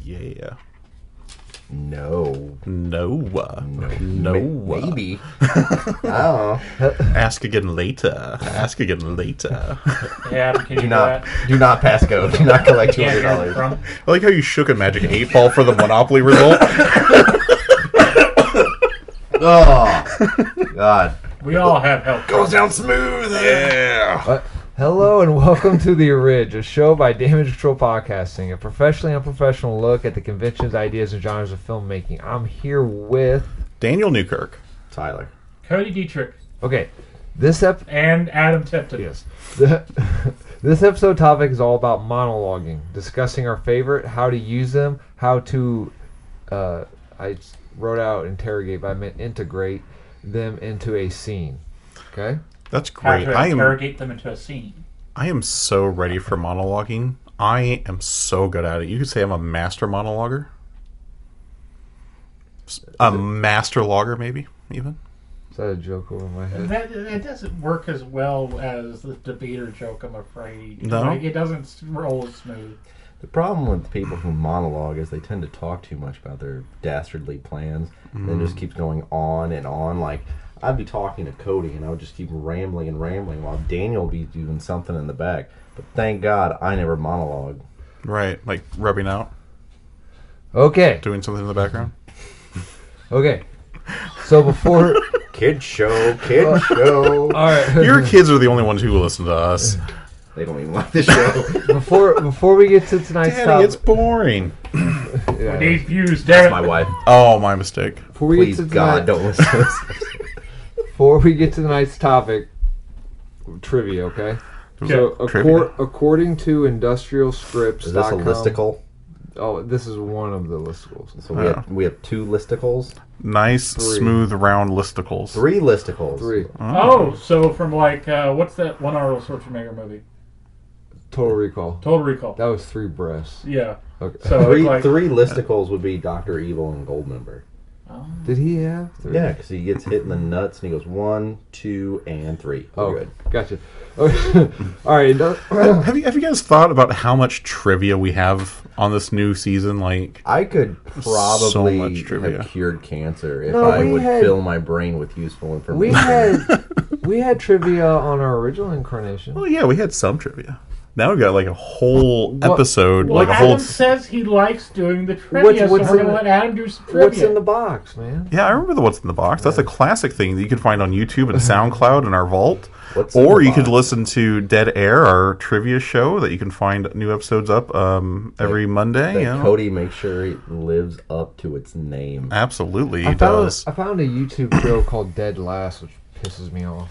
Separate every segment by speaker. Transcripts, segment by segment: Speaker 1: Australia?
Speaker 2: No.
Speaker 1: No. uh, No. uh.
Speaker 2: Maybe. oh.
Speaker 1: Ask again later. Ask again later. I
Speaker 3: Hey, Adam, can you
Speaker 2: Do
Speaker 3: do
Speaker 2: not
Speaker 3: that?
Speaker 2: do not pass go. Do not collect two
Speaker 3: Can't
Speaker 2: hundred
Speaker 3: hear it
Speaker 2: dollars.
Speaker 3: from.
Speaker 1: like how you shook a magic eight ball for the Monopoly result.
Speaker 2: Oh God.
Speaker 3: We all have help.
Speaker 2: Goes down smooth.
Speaker 1: yeah.
Speaker 4: Uh, hello and welcome to The Ridge, a show by Damage Control Podcasting, a professionally unprofessional look at the conventions, ideas, and genres of filmmaking. I'm here with.
Speaker 1: Daniel Newkirk.
Speaker 2: Tyler.
Speaker 3: Cody Dietrich
Speaker 4: Okay, this ep.
Speaker 3: and Adam Tipton.
Speaker 4: Yes. The- this episode topic is all about monologuing, discussing our favorite, how to use them, how to. Uh, I s- wrote out interrogate, but I meant integrate them into a scene. Okay?
Speaker 1: That's
Speaker 3: How
Speaker 1: great.
Speaker 3: to
Speaker 1: I am
Speaker 3: interrogate them into a scene.
Speaker 1: I am so ready for monologuing. I am so good at it. You could say I'm a master monologuer. S- A master logger, maybe even.
Speaker 4: Is that a joke over my head?
Speaker 3: That, that doesn't work as well as the debater joke, I'm afraid.
Speaker 1: No?
Speaker 3: Like, it doesn't s- roll as smooth.
Speaker 2: The problem with people who monologue is they tend to talk too much about their dastardly plans, and then just keeps going on and on. Like I'd be talking to Cody, and I would just keep rambling and rambling while Daniel would be doing something in the back. But thank God I never monologue.
Speaker 1: Right, like rubbing out,
Speaker 4: Okay.
Speaker 1: doing something in the background.
Speaker 4: Okay. So before.
Speaker 2: Kid show, kid show.
Speaker 4: All right.
Speaker 1: Your kids are the only ones who listen to us.
Speaker 2: They don't even like the show.
Speaker 4: before before we get to tonight's
Speaker 1: Daddy, it's
Speaker 4: topic,
Speaker 1: boring.
Speaker 4: yeah,
Speaker 3: Dave Hughes, damn
Speaker 2: My
Speaker 3: it.
Speaker 2: wife.
Speaker 1: Oh, my mistake.
Speaker 4: before we get
Speaker 2: Please
Speaker 4: to
Speaker 2: God,
Speaker 4: tonight,
Speaker 2: don't listen. to this.
Speaker 4: before we get to tonight's topic, trivia. Okay. So
Speaker 1: Trivia.
Speaker 4: accor- according to industrialscripts.com,
Speaker 2: Is this a listicle?
Speaker 4: Oh, this is one of the listicles.
Speaker 2: So we have we have two listicles,
Speaker 1: Nice,
Speaker 4: Three.
Speaker 1: smooth, round listicles.
Speaker 2: three listicles.
Speaker 4: Three
Speaker 3: Oh, so from like, uh, what's that one Arnold Schwarzenegger movie?
Speaker 4: total recall.
Speaker 3: Total Recall.
Speaker 4: That was three breasts.
Speaker 3: Yeah.
Speaker 4: Okay.
Speaker 3: So
Speaker 2: Three,
Speaker 3: it's like,
Speaker 2: three listicles would be Doctor Evil and Goldmember.
Speaker 4: Did he have three?
Speaker 2: Yeah, because he gets hit in the nuts and he goes one, two, and three. We're
Speaker 4: Oh,
Speaker 2: good.
Speaker 4: gotcha. Okay. All right. indu-
Speaker 1: Have you have you guys thought about how much trivia we have on this new season? Like,
Speaker 2: I could probably
Speaker 1: much trivia.
Speaker 2: have cured cancer if
Speaker 4: No,
Speaker 2: I
Speaker 4: we
Speaker 2: would
Speaker 4: had-
Speaker 2: fill my brain with useful information.
Speaker 4: we had we had trivia on our original incarnation.
Speaker 1: well, oh, yeah, we had some trivia. Now we've got like a whole episode,
Speaker 3: well,
Speaker 1: like a
Speaker 3: Adam
Speaker 1: whole.
Speaker 3: says he likes doing the trivia,
Speaker 4: What's-
Speaker 3: so we're
Speaker 4: what's
Speaker 3: going
Speaker 4: in
Speaker 3: to
Speaker 4: the-
Speaker 3: let Adam do some trivia.
Speaker 4: What's in the box, man?
Speaker 1: Yeah, I remember the What's in the Box. That's a classic thing that you can find on YouTube and SoundCloud and our vault.
Speaker 2: Uh-huh. What's in
Speaker 1: or
Speaker 2: the
Speaker 1: you could
Speaker 2: box?
Speaker 1: listen to Dead Air, our trivia show that you can find new episodes up um, every Monday.
Speaker 2: That
Speaker 1: you know?
Speaker 2: Cody makes sure he lives up to its name.
Speaker 1: Absolutely,
Speaker 4: I
Speaker 1: he
Speaker 4: found,
Speaker 1: does.
Speaker 4: I found a YouTube show called Dead Last, which pisses me off.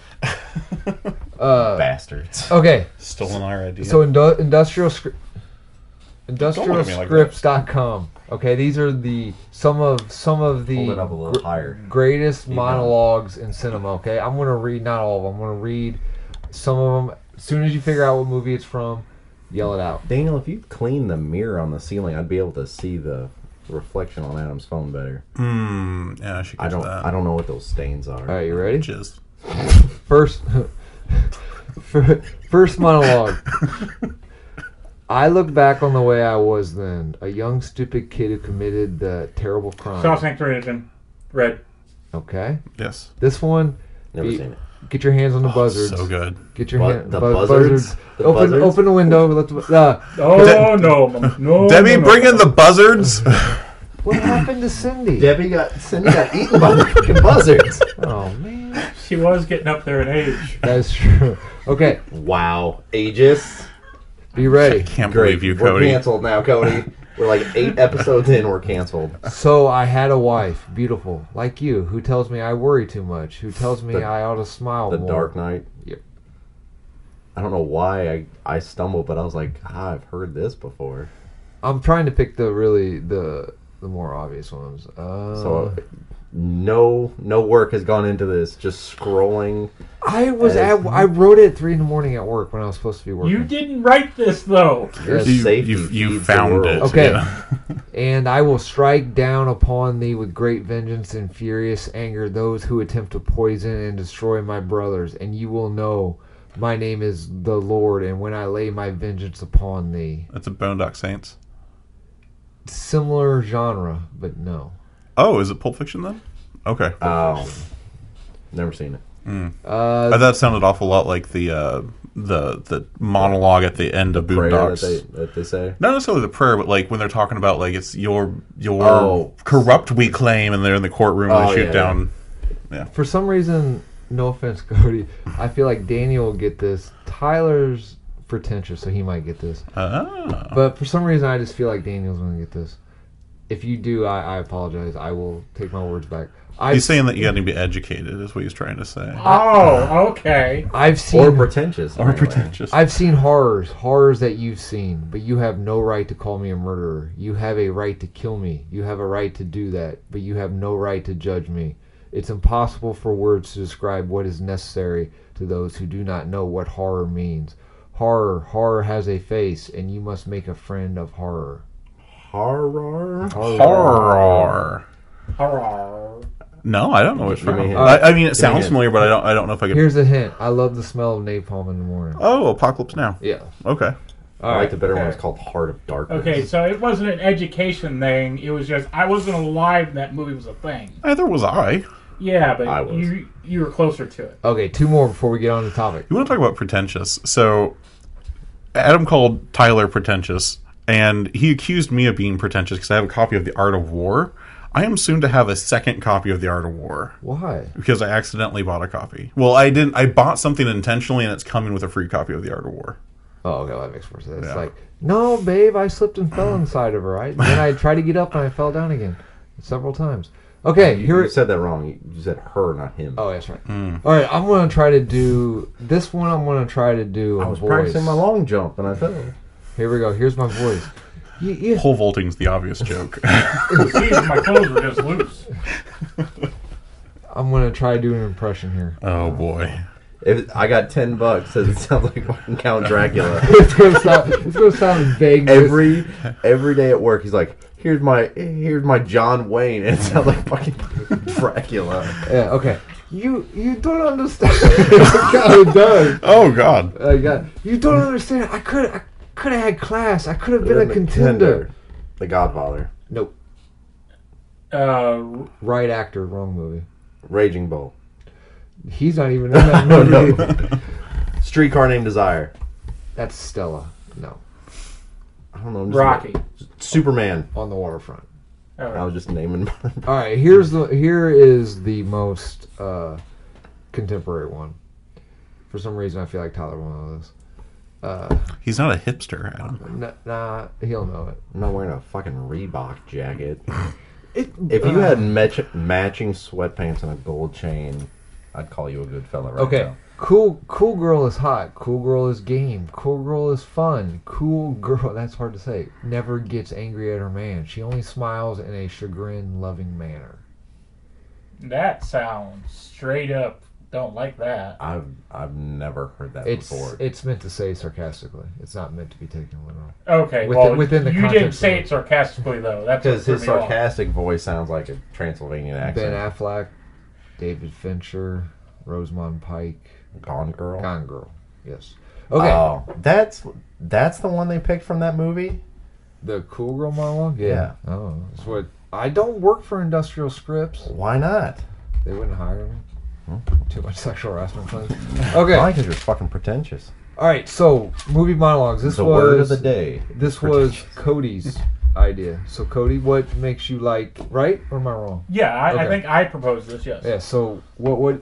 Speaker 2: Bastards.
Speaker 4: Okay,
Speaker 1: Stolen our idea.
Speaker 4: so indu- industrial scri-
Speaker 1: look at me like that.
Speaker 4: industrialscripts.com. Okay, these are the some of some of the
Speaker 2: Hold it up a little higher.
Speaker 4: greatest monologues in cinema. Okay, I'm gonna read not all of them. I'm gonna read some of them. As soon as you figure out what movie it's from, yell it out.
Speaker 2: Daniel, if you'd clean the mirror on the ceiling, I'd be able to see the reflection on Adam's phone better.
Speaker 1: Hmm, yeah, I should
Speaker 2: I
Speaker 1: get
Speaker 2: don't.
Speaker 1: that.
Speaker 2: I don't know what those stains are.
Speaker 4: All right, you ready?
Speaker 1: Jizz.
Speaker 4: First, fir- first monologue. I look back on the way I was then, a young, stupid kid who committed the terrible crime.
Speaker 3: Shawshank Redemption. Red.
Speaker 4: Okay,
Speaker 1: Yes.
Speaker 4: this one.
Speaker 2: Never
Speaker 4: you-
Speaker 2: seen it.
Speaker 4: Get your hands on
Speaker 2: Oh,
Speaker 4: the buzzards.
Speaker 1: So good.
Speaker 4: Get your
Speaker 2: What?
Speaker 4: hands
Speaker 2: The buzzards? The
Speaker 4: open,
Speaker 2: buzzards?
Speaker 4: open the window. Let the, uh,
Speaker 3: Oh,
Speaker 1: De-
Speaker 3: no. mom. No.
Speaker 1: Debbie,
Speaker 3: no, no.
Speaker 1: bring in the buzzards.
Speaker 4: what happened to Cindy?
Speaker 2: Debbie got Cindy got eaten by the freaking buzzards.
Speaker 4: Oh man,
Speaker 3: She was getting up there in age.
Speaker 4: that's true. Okay,
Speaker 2: Wow, Aegis.
Speaker 4: be ready.
Speaker 1: Can't
Speaker 2: Great,
Speaker 1: believe you,
Speaker 2: we're
Speaker 1: Cody.
Speaker 2: canceled now, Cody. We're like eight episodes in, we're canceled.
Speaker 4: So I had a wife, beautiful, like you, who tells me I worry too much, who tells me
Speaker 2: The-
Speaker 4: I ought to smile
Speaker 2: The
Speaker 4: more.
Speaker 2: Dark Knight.
Speaker 4: Yep.
Speaker 2: I don't know why I, I stumbled, but I was like, ah, I've heard this before.
Speaker 4: I'm trying to pick the really the the more obvious ones. Uh,
Speaker 2: So no no work has gone into this. Just scrolling.
Speaker 4: I was
Speaker 2: as-
Speaker 4: at I wrote it at three in the morning at work when I was supposed to be working.
Speaker 3: You didn't write this, though.
Speaker 2: Your
Speaker 4: Yes.
Speaker 1: You-
Speaker 2: safety
Speaker 1: you- you
Speaker 2: feeds the
Speaker 1: found
Speaker 2: world.
Speaker 1: it.
Speaker 4: Okay.
Speaker 1: Yeah.
Speaker 4: And I will strike down upon thee with great vengeance and furious anger those who attempt to poison and destroy my brothers, and you will know my name is the Lord, and when I lay my vengeance upon thee.
Speaker 1: That's a Boondock Saints.
Speaker 4: similar genre, but no.
Speaker 1: Oh, is it Pulp Fiction then? Okay.
Speaker 2: Oh, never seen it.
Speaker 4: Uh,
Speaker 1: Uh, that sounded awful lot like the uh, the the monologue at the end of
Speaker 2: Prayer that
Speaker 1: Boondocks.
Speaker 2: they, that they say.
Speaker 1: Not necessarily the prayer, but like when they're talking about like it's your your
Speaker 2: Oh.
Speaker 1: corrupt we claim, and they're in the courtroom and
Speaker 2: Oh,
Speaker 1: they shoot
Speaker 2: yeah,
Speaker 1: down.
Speaker 4: for some reason, no offense, Cody, I feel like Daniel will get this. Tyler's pretentious, so he might get this.
Speaker 1: Ah.
Speaker 4: But for some reason, I just feel like Daniel's going to get this. If you do, I, I apologize. I will take my words back. I've,
Speaker 1: He's saying that you got to be educated, is what he's trying to say,
Speaker 3: Oh, okay.
Speaker 4: I've seen
Speaker 2: Or pretentious.
Speaker 1: or
Speaker 2: anyway.
Speaker 1: pretentious.
Speaker 4: I've seen horrors, horrors that you've seen, but you have no right to call me a murderer. You have a right to kill me. You have a right to do that, but you have no right to judge me. It's impossible for words to describe what is necessary to those who do not know what horror means. Horror, horror has a face, and you must make a friend of horror.
Speaker 2: Horror.
Speaker 1: Horror.
Speaker 3: Horror.
Speaker 1: No, I don't know which
Speaker 2: Give me a
Speaker 1: from.
Speaker 2: hint.
Speaker 1: I, I mean, it sounds
Speaker 2: hint.
Speaker 1: familiar, but I don't. I don't know if I could.
Speaker 4: Here's a hint. I love the smell of napalm in the morning.
Speaker 1: Oh, Apocalypse Now.
Speaker 4: Yeah.
Speaker 1: Okay.
Speaker 4: All
Speaker 2: I like
Speaker 4: right.
Speaker 2: the better one.
Speaker 3: okay.
Speaker 2: It's called Heart of Darkness.
Speaker 3: Okay, so it wasn't an education thing. It was just I wasn't alive. when That movie was a thing.
Speaker 1: Either was I.
Speaker 3: Yeah, but
Speaker 2: I was.
Speaker 3: you you were closer to it.
Speaker 4: Okay, two more before we get on the topic.
Speaker 1: You want to talk about pretentious? So, Adam called Tyler pretentious, and he accused me of being pretentious because I have a copy of The Art of War. I am soon to have a second copy of The Art of War
Speaker 4: Why?
Speaker 1: because I accidentally bought a copy. Well, I didn't. I bought something intentionally, and it's coming with a free copy of The Art of War.
Speaker 4: Oh, okay, well, that makes more sense.
Speaker 1: Yeah.
Speaker 4: It's like, no, babe, I slipped and fell inside of her, right? And then I tried to get up and I fell down again several times. Okay,
Speaker 2: You, Mm.
Speaker 4: here
Speaker 2: you said that wrong. You, you said her, not him.
Speaker 4: Oh, that's right. All right, I'm going to try to do this one. I'm going to try to do
Speaker 2: I
Speaker 4: a
Speaker 2: was
Speaker 4: voice.
Speaker 2: practicing my long jump and I fell.
Speaker 4: Here we go. Here's my voice. You, you,
Speaker 1: Pole vaulting's the obvious joke.
Speaker 3: See, my clothes were just loose.
Speaker 4: I'm going to try to do an impression here.
Speaker 1: oh boy.
Speaker 2: If, I got ten bucks. Says it sounds like fucking Count Dracula.
Speaker 4: it's going to sound, it's gonna sound vague.
Speaker 2: every every day at work, he's like, "Here's my here's my John Wayne," and it sounds like fucking Dracula.
Speaker 4: Yeah, okay. You you don't understand. God, it does.
Speaker 1: Oh god.
Speaker 4: I got, uh, you don't understand. I could I could have had class. I could have been a contender.
Speaker 2: The Godfather,
Speaker 4: Nope.
Speaker 3: Uh,
Speaker 4: Right actor, wrong movie.
Speaker 2: Raging Bull,
Speaker 4: He's not even in that
Speaker 2: No,
Speaker 4: movie.
Speaker 2: no. Streetcar Named Desire.
Speaker 4: That's Stella. No,
Speaker 2: I don't know. I'm just
Speaker 3: Rocky.
Speaker 2: Superman.
Speaker 4: on the waterfront.
Speaker 2: I
Speaker 3: Oh,
Speaker 2: was just naming.
Speaker 4: All right, here's the here is the most uh, contemporary one. For some reason, I feel like Tyler will know this. Uh,
Speaker 1: He's not a hipster, Adam.
Speaker 4: n- nah, he'll know it.
Speaker 2: I'm not wearing a fucking Reebok jacket.
Speaker 4: it
Speaker 2: If you had match, matching sweatpants and a gold chain, I'd call you a good fella. Right
Speaker 4: okay,
Speaker 2: now.
Speaker 4: cool cool girl is hot. Cool girl is game. Cool girl is fun. Cool girl that's hard to say. Never gets angry at her man. She only smiles in a chagrin loving manner.
Speaker 3: that sounds straight up. Don't like that.
Speaker 2: I've I've never heard that
Speaker 4: It's
Speaker 2: before.
Speaker 4: it's meant to say sarcastically. It's not meant to be taken literal.
Speaker 3: Okay,
Speaker 4: Within-
Speaker 3: well,
Speaker 4: within the
Speaker 3: you didn't
Speaker 4: context
Speaker 3: say
Speaker 4: of-
Speaker 3: it sarcastically though. That's what
Speaker 2: Because
Speaker 3: threw
Speaker 2: his
Speaker 3: me off.
Speaker 2: sarcastic voice sounds like a Transylvanian
Speaker 4: Ben
Speaker 2: accent.
Speaker 4: Affleck, David Fincher, Rosamund Pike,
Speaker 2: Gone Girl.
Speaker 4: Gone Girl. Yes. Okay.
Speaker 2: Oh, that's that's the one they picked from that movie.
Speaker 4: the cool girl monologue. Yeah. Oh, that's what. I don't work for industrial scripts.
Speaker 2: Why not?
Speaker 4: They wouldn't hire me.
Speaker 2: Hmm?
Speaker 4: Too much sexual harassment claims.
Speaker 2: Why?
Speaker 4: Okay.
Speaker 2: Because you're fucking pretentious.
Speaker 4: All right. So movie monologues. This
Speaker 2: the
Speaker 4: was
Speaker 2: word of the day.
Speaker 4: this was Cody's idea. So Cody, what makes you like right or am I wrong?
Speaker 3: Yeah, I,
Speaker 4: Okay.
Speaker 3: I think I proposed this. Yes.
Speaker 4: Yeah. So what? What?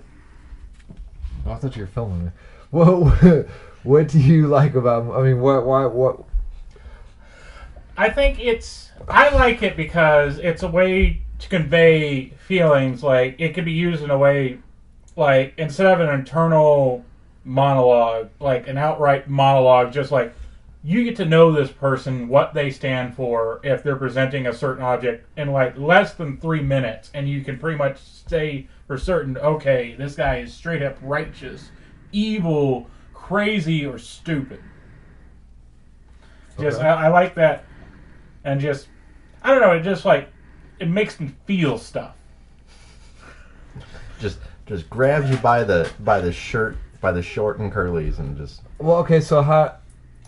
Speaker 4: oh, I thought you were filming me. What? What do you like about? I mean, what? Why? What?
Speaker 3: I think it's I like it because it's a way to convey feelings. Like it can be used in a way, like instead of an internal monologue, like an outright monologue, just like you get to know this person, what they stand for, if they're presenting a certain object in like less than three minutes, and you can pretty much say for certain, okay, this guy is straight up righteous, evil, crazy, or stupid. Just
Speaker 4: Okay.
Speaker 3: I, I like that, and just I don't know. It just like it makes me feel stuff.
Speaker 2: Just just grabs you by the by the shirt by the short and curlies and just
Speaker 4: Well, okay. So how?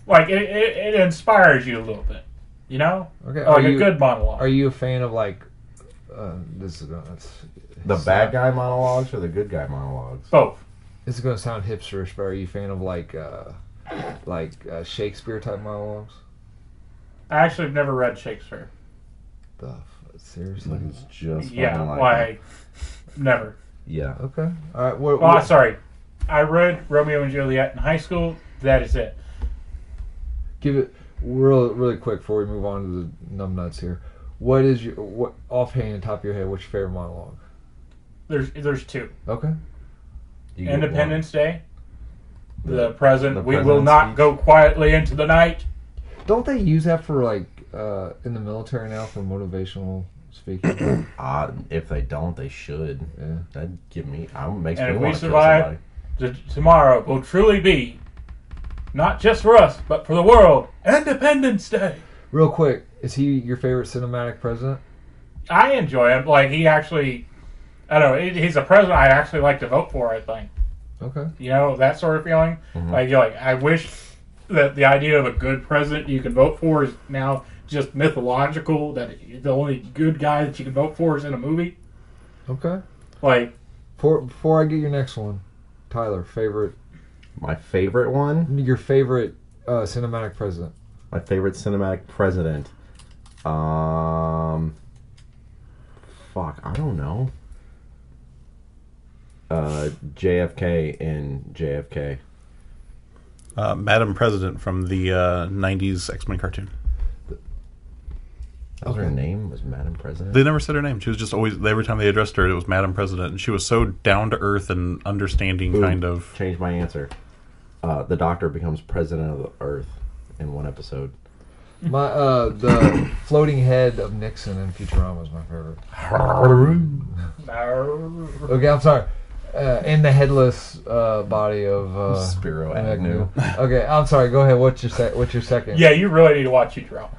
Speaker 3: Like it, it, it inspires you a little bit. You know?
Speaker 4: Okay.
Speaker 3: Oh,
Speaker 4: are
Speaker 3: like a
Speaker 4: you-
Speaker 3: good monologue.
Speaker 4: Are you a fan of like? Uh, this is gonna, it's,
Speaker 2: The bad guy monologues or the good guy monologues?
Speaker 3: Both.
Speaker 4: this is gonna sound hipsterish, but are you a fan of like, uh, like uh, Shakespeare type monologues?
Speaker 3: I actually have never read Shakespeare.
Speaker 4: The f- seriously?
Speaker 2: It's just
Speaker 3: yeah,
Speaker 2: fucking like,
Speaker 3: like never.
Speaker 2: yeah.
Speaker 4: Okay. All right. What,
Speaker 3: Oh,
Speaker 4: what-
Speaker 3: sorry. I read Romeo and Juliet in high school. That is it.
Speaker 4: Give it real, really quick before we move on to the numbnuts here. What is your what offhand top of your head? What's your favorite monologue?
Speaker 3: There's there's two.
Speaker 4: Okay.
Speaker 2: You get
Speaker 3: Independence Day. The,
Speaker 2: The-
Speaker 3: present.
Speaker 2: the
Speaker 3: we will
Speaker 2: president's
Speaker 3: not
Speaker 2: speech.
Speaker 3: go quietly into the night.
Speaker 4: Don't they use that for like uh, in the military now for motivational speaking?
Speaker 2: one. Ah, if they don't, they should.
Speaker 4: yeah.
Speaker 2: That'd give me. I would make me
Speaker 3: And if we
Speaker 2: want to
Speaker 3: survive-
Speaker 2: kill somebody.
Speaker 3: T- tomorrow will truly be, not just for us, but for the world. Independence Day.
Speaker 4: Real quick, is he your favorite cinematic president?
Speaker 3: I enjoy him. Like he actually, I don't know. he- He's a president I actually like to vote for. I think
Speaker 4: Okay.
Speaker 3: you know that sort of feeling.
Speaker 2: Mm-hmm.
Speaker 3: Like you're like I wish that the idea of a good president you can vote for is now just mythological. That the only good guy that you can vote for is in a movie.
Speaker 4: Okay.
Speaker 3: Like
Speaker 4: Before, before I get your next one, Tyler, favorite
Speaker 2: My favorite one.
Speaker 4: your favorite uh, cinematic president.
Speaker 2: My favorite cinematic president. Um. Fuck, I don't know. Uh, JFK and JFK.
Speaker 1: Uh, Madam President from the uh, 90s X Men cartoon.
Speaker 2: That was her name was Madam President.
Speaker 1: They never said her name. She was just always, every time they addressed her, it was Madam President. And she was so down to earth and understanding,
Speaker 2: Boom.
Speaker 1: kind of.
Speaker 2: Change my answer. Uh, the Doctor becomes president of the Earth in one episode.
Speaker 4: My uh, the floating head of Nixon in Futurama is my favorite.
Speaker 3: no.
Speaker 4: Okay, I'm sorry. Uh, in the headless uh, body of uh,
Speaker 2: Spiro Agnew.
Speaker 4: Okay, I'm sorry. Go ahead. What's your sec- what's your second?
Speaker 3: yeah, you really need to watch Futurama.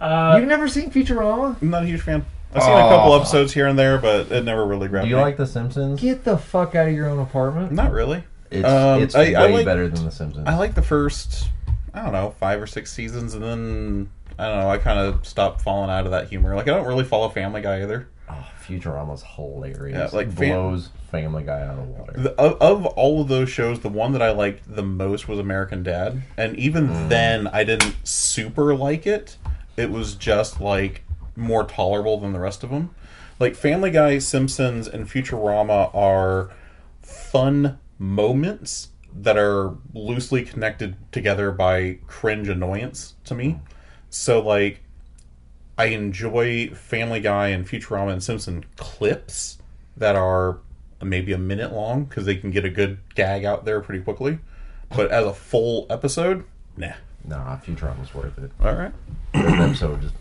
Speaker 3: Uh,
Speaker 4: You've never seen Futurama?
Speaker 1: I'm not a huge fan. I've seen a couple episodes here and there, but it never really grabbed
Speaker 2: Do you
Speaker 1: me.
Speaker 2: like The Simpsons?
Speaker 4: Get the fuck out of your own apartment.
Speaker 1: Not really.
Speaker 2: It's,
Speaker 1: Um,
Speaker 2: it's
Speaker 1: I-
Speaker 2: way
Speaker 1: I liked-
Speaker 2: better than The Simpsons.
Speaker 1: I like the first, I don't know, five or six seasons, and then I don't know. I kind of stopped falling out of that humor. Like I don't really follow Family Guy either.
Speaker 2: oh, Futurama's hilarious.
Speaker 1: Yeah, like fam-
Speaker 2: blows Family Guy out of the water.
Speaker 1: The, of, of all of those shows, the one that I liked the most was American Dad, and even then, I didn't super like it. It was just like more tolerable than the rest of them. Like Family Guy, Simpsons, and Futurama are fun moments that are loosely connected together by cringe annoyance to me. So like I enjoy Family Guy and Futurama and Simpson clips that are maybe a minute long because they can get a good gag out there pretty quickly. But as a full episode, nah.
Speaker 2: nah, Futurama's worth it.
Speaker 1: All right.
Speaker 2: That episode just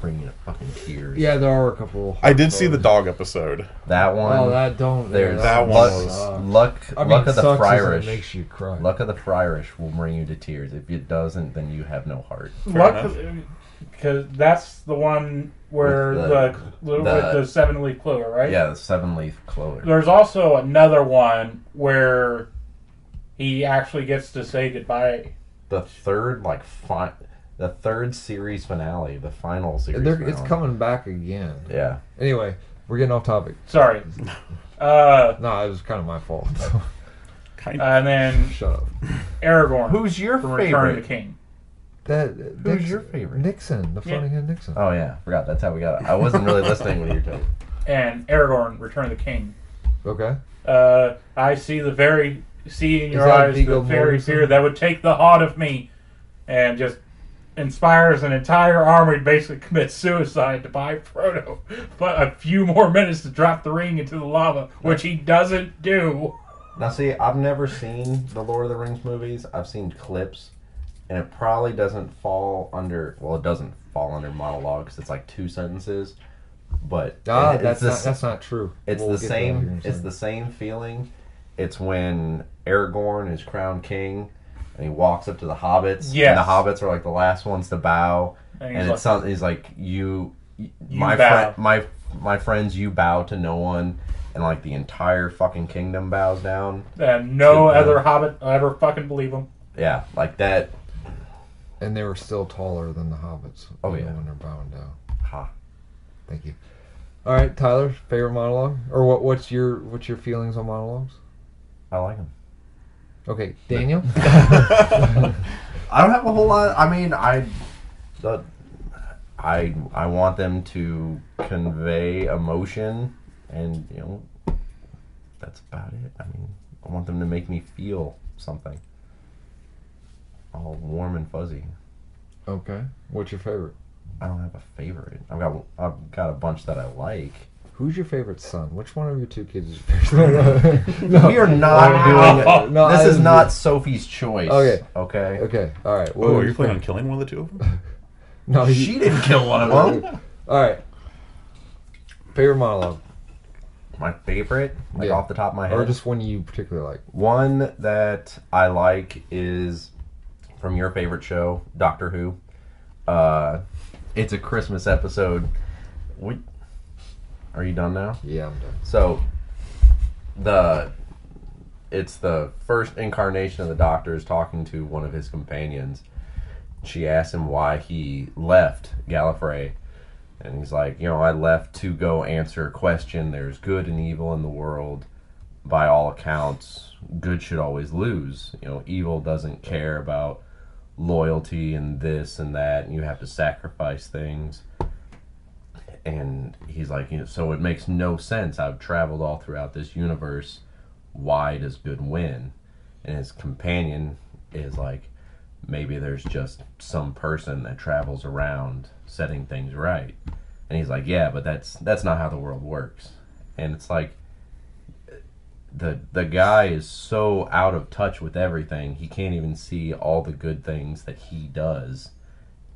Speaker 2: bringing you to fucking tears.
Speaker 4: Yeah, there are a couple.
Speaker 1: I did see the dog episode.
Speaker 2: That one.
Speaker 4: Oh, that don't.
Speaker 2: there's
Speaker 1: that
Speaker 2: luck,
Speaker 1: one
Speaker 4: sucks.
Speaker 2: luck,
Speaker 4: I mean,
Speaker 2: luck of the
Speaker 4: sucks is it
Speaker 2: Friarish.
Speaker 4: makes you cry.
Speaker 2: Luck of the Friarish will bring you to tears. If it doesn't, then you have no heart.
Speaker 3: luck because that's the one where
Speaker 2: With
Speaker 3: the,
Speaker 2: the-
Speaker 3: with
Speaker 2: the-
Speaker 3: the seven leaf clover, right?
Speaker 2: Yeah, the seven leaf clover.
Speaker 3: There's also another one where he actually gets to say goodbye.
Speaker 2: The third, like, fi- the third series finale, the final series.
Speaker 4: They're-
Speaker 2: finale.
Speaker 4: it's coming back again.
Speaker 2: Yeah.
Speaker 4: Anyway, we're getting off topic.
Speaker 3: Sorry. Uh,
Speaker 4: No, it was kind of my fault.
Speaker 1: Kind of.
Speaker 3: and then
Speaker 4: Shut up.
Speaker 3: Aragorn
Speaker 2: Who's your
Speaker 3: from Return of the
Speaker 2: favorite?
Speaker 3: King.
Speaker 4: That Nixon-
Speaker 2: your favorite?
Speaker 4: Nixon, the
Speaker 3: Yeah.
Speaker 4: floating head Nixon.
Speaker 2: Oh yeah, forgot. That's how we got it. I wasn't really listening when you were talking.
Speaker 3: And Aragorn, Return of the King.
Speaker 4: Okay.
Speaker 3: Uh, I see the very see in your
Speaker 4: that
Speaker 3: eyes the
Speaker 4: Viggo
Speaker 3: very
Speaker 4: Mortensen?
Speaker 3: fear that would take the heart of me, and just inspires an entire army to basically commit suicide to buy Frodo, but a few more minutes to drop the ring into the lava, which he doesn't do.
Speaker 2: Now see, I've never seen the Lord of the Rings movies. I've seen clips, and it probably doesn't fall under. Well, it doesn't fall under monologues. It's like two sentences, but
Speaker 4: Ah,
Speaker 2: it's
Speaker 4: that's
Speaker 2: the
Speaker 4: not,
Speaker 2: s-
Speaker 4: that's not true.
Speaker 2: It's
Speaker 4: We'll
Speaker 2: the
Speaker 4: get to that here in
Speaker 2: same.
Speaker 4: a
Speaker 2: It's
Speaker 4: second.
Speaker 2: the same feeling. It's when Aragorn is crowned king, and he walks up to the hobbits. and
Speaker 3: Yes.
Speaker 2: the hobbits are like the last ones to bow,
Speaker 3: And
Speaker 2: and,
Speaker 3: he's
Speaker 2: it's something. He's like, "You, my
Speaker 3: bow."
Speaker 2: friend, my my friends, you bow to no one." And like the entire fucking kingdom bows down.
Speaker 3: And no
Speaker 2: Good man.
Speaker 3: other hobbit will ever fucking believe him.
Speaker 2: Yeah, like that.
Speaker 4: And they were still taller than the hobbits.
Speaker 2: Oh,
Speaker 4: even
Speaker 2: yeah.
Speaker 4: when they're bowing down.
Speaker 2: Ha.
Speaker 4: Thank you. All right, Tyler, favorite monologue, or what? What's your what's your feelings on monologues?
Speaker 2: I like him.
Speaker 4: Okay, Daniel.
Speaker 2: I don't have a whole lot. I mean, I, the, I, I want them to convey emotion, and you know, that's about it. I mean, I want them to make me feel something, all warm and fuzzy.
Speaker 4: okay, what's your favorite?
Speaker 2: I don't have a favorite. I've got, I've got a bunch that I like.
Speaker 4: Who's your favorite son? Which one of your two kids is your favorite? no.
Speaker 2: We are not
Speaker 3: Wow.
Speaker 2: doing it.
Speaker 4: Oh, No,
Speaker 2: this
Speaker 4: I
Speaker 2: is
Speaker 4: didn't-
Speaker 2: not Sophie's choice.
Speaker 4: Okay.
Speaker 2: Okay.
Speaker 4: Okay, all right. what
Speaker 1: Oh,
Speaker 4: was
Speaker 1: you're
Speaker 4: your
Speaker 1: planning on
Speaker 4: favorite?
Speaker 1: killing one of the two of them?
Speaker 4: No, you-
Speaker 2: She didn't kill one of them.
Speaker 4: all right. Favorite monologue,
Speaker 2: My favorite, like
Speaker 4: Yeah.
Speaker 2: off the top of my head.
Speaker 4: or just one you particularly like?
Speaker 2: One that I like is from your favorite show, Doctor Who. Uh, it's a Christmas episode. What? Are you done now?
Speaker 4: Yeah, I'm done.
Speaker 2: So the it's the first incarnation of the Doctor is talking to one of his companions. She asks him why he left Gallifrey, and he's like, you know, I left to go answer a question. There's good and evil in the world. By all accounts, good should always lose. You know, evil doesn't care about loyalty and this and that, and you have to sacrifice things and he's like, you know, so it makes no sense. I've traveled all throughout this universe. Why does good win? And his companion is like, maybe there's just some person that travels around setting things right. And he's like, yeah, but that's that's not how the world works. And it's like, the the guy is so out of touch with everything. He can't even see all the good things that he does.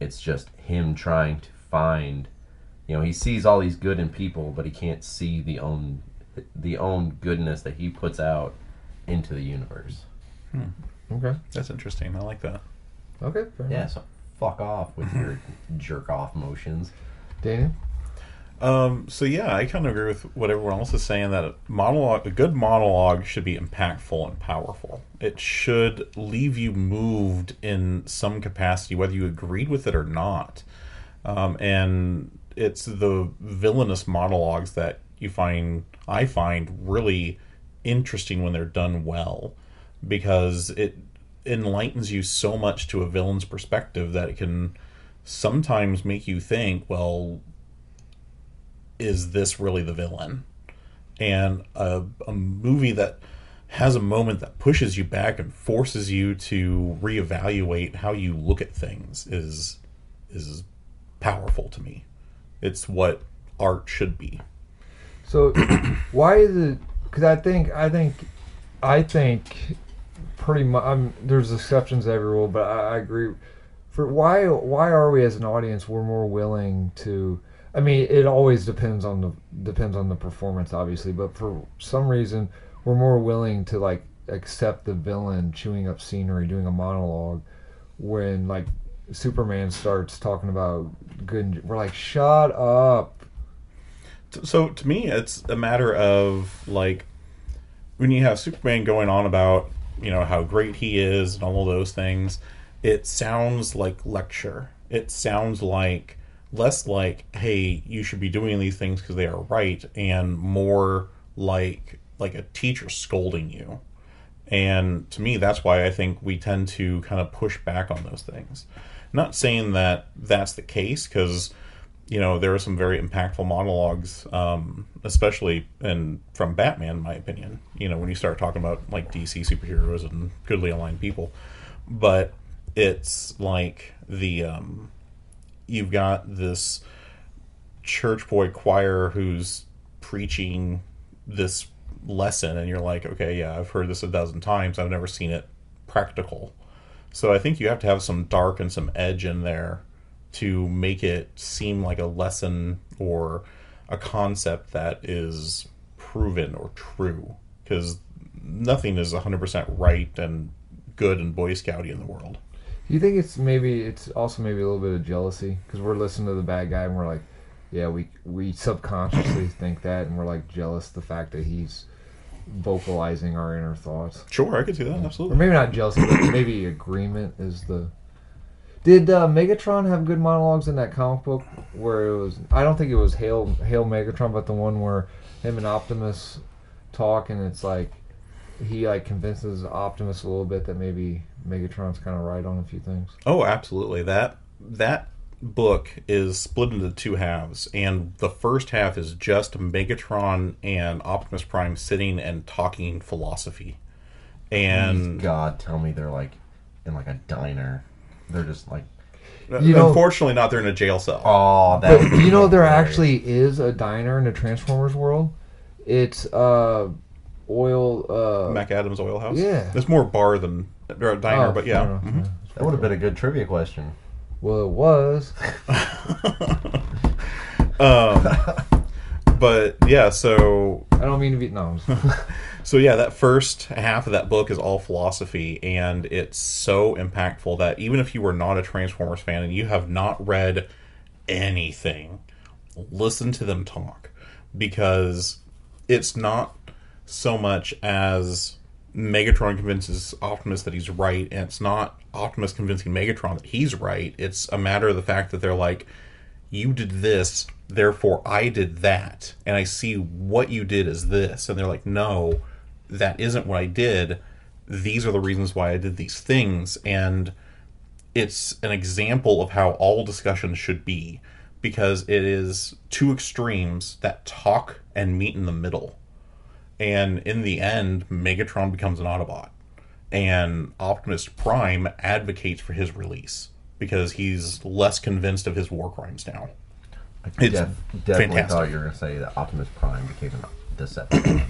Speaker 2: It's just him trying to find you know he sees all these good in people but he can't see the own the own goodness that he puts out into the universe
Speaker 4: Okay,
Speaker 1: That's interesting. I like that.
Speaker 4: okay, fair
Speaker 2: yeah so fuck off with your jerk off motions
Speaker 4: enough. Daniel.
Speaker 1: Um, so yeah, I kind of agree with what everyone else is saying that a monologue, a good monologue, should be impactful and powerful. It should leave you moved in some capacity, whether you agreed with it or not. Um, and it's the villainous monologues that you find I find really interesting when they're done well, because it enlightens you so much to a villain's perspective that it can sometimes make you think, well, is this really the villain? And a, a movie that has a moment that pushes you back and forces you to reevaluate how you look at things is is powerful to me. It's what art should be.
Speaker 4: So, why is it? Because I think I think I think pretty much. I'm, there's exceptions to every rule, but I, I agree. For why why are we as an audience we're more willing to? I mean, it always depends on the depends on the performance, obviously. But for some reason, we're more willing to like accept the villain chewing up scenery, doing a monologue, when like Superman starts talking about good. We're like, shut up.
Speaker 1: T- So to me, it's a matter of like when you have Superman going on about you know how great he is and all of those things. It sounds like lecture. It sounds like less like hey, you should be doing these things because they are right, and more like like a teacher scolding you. And to me, that's why I think we tend to kind of push back on those things. Not saying that that's the case, because you know there are some very impactful monologues, um, especially and from Batman, in my opinion. You know when you start talking about like DC superheroes and goodly aligned people, but it's like the um, you've got this church boy choir who's preaching this lesson and you're like okay yeah i've heard this a dozen times i've never seen it practical so i think you have to have some dark and some edge in there to make it seem like a lesson or a concept that is proven or true because nothing is 100% right and good and boy scouty in the world
Speaker 4: Do you think it's maybe it's also maybe a little bit of jealousy because we're listening to the bad guy and we're like, yeah, we we subconsciously think that and we're like jealous the fact that he's vocalizing our inner thoughts
Speaker 1: sure i could see that
Speaker 4: or
Speaker 1: absolutely
Speaker 4: maybe not jealousy, but maybe agreement is the. Did uh, Megatron have good monologues in that comic book where it was? I don't think it was Hail Hail Megatron, but the one where him and Optimus talk, and it's like he like convinces Optimus a little bit that maybe Megatron's kind of right on a few things.
Speaker 1: Oh, absolutely. That that book is split into two halves, and the first half is just Megatron and Optimus Prime sitting and talking philosophy. And
Speaker 2: God, tell me they're like in like a diner. They're just like,
Speaker 4: You know-
Speaker 1: unfortunately, not they're in a jail cell.
Speaker 2: oh, that.
Speaker 4: But you know, there actually is a diner in the Transformers world. It's uh, oil. Uh,
Speaker 1: Mac Adams Oil House.
Speaker 4: Yeah.
Speaker 1: it's more bar than or a diner,
Speaker 4: oh,
Speaker 1: but
Speaker 4: I
Speaker 1: yeah.
Speaker 4: don't know.
Speaker 1: Mhm.
Speaker 2: that would have been a good trivia question.
Speaker 4: Well, it was.
Speaker 1: But yeah, so
Speaker 4: I don't mean to be. No, I'm just-
Speaker 1: So yeah, that first half of that book is all philosophy, and it's so impactful that even if you were not a Transformers fan and you have not read anything, listen to them talk because it's not so much as Megatron convinces Optimus that he's right, and it's not Optimus convincing Megatron that he's right. It's a matter of the fact that they're like, you did this, therefore I did that, and I see what you did is this. And they're like, no, that isn't what I did. These are the reasons why I did these things. And it's an example of how all discussion should be because it is two extremes that talk and meet in the middle. And in the end, Megatron becomes an Autobot. And Optimus Prime advocates for his release because he's less convinced of his war crimes now.
Speaker 2: I
Speaker 1: It's
Speaker 2: definitely
Speaker 1: fantastic.
Speaker 2: thought you were gonna say that Optimus Prime became a Decepticon.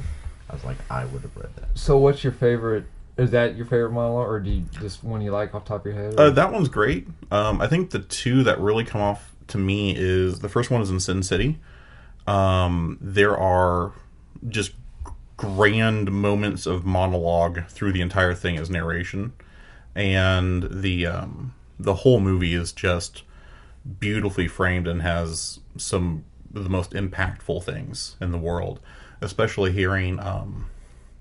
Speaker 2: I was like, I would have read that.
Speaker 4: so, what's your favorite? Is that your favorite monologue, or do you just one you like off the top of your head? or-
Speaker 1: Uh, that one's great. Um, I think the two that really come off to me is the first one is in Sin City. Um, there are just grand moments of monologue through the entire thing as narration, and the um, the whole movie is just beautifully framed and has some of the most impactful things in the world. Especially hearing um,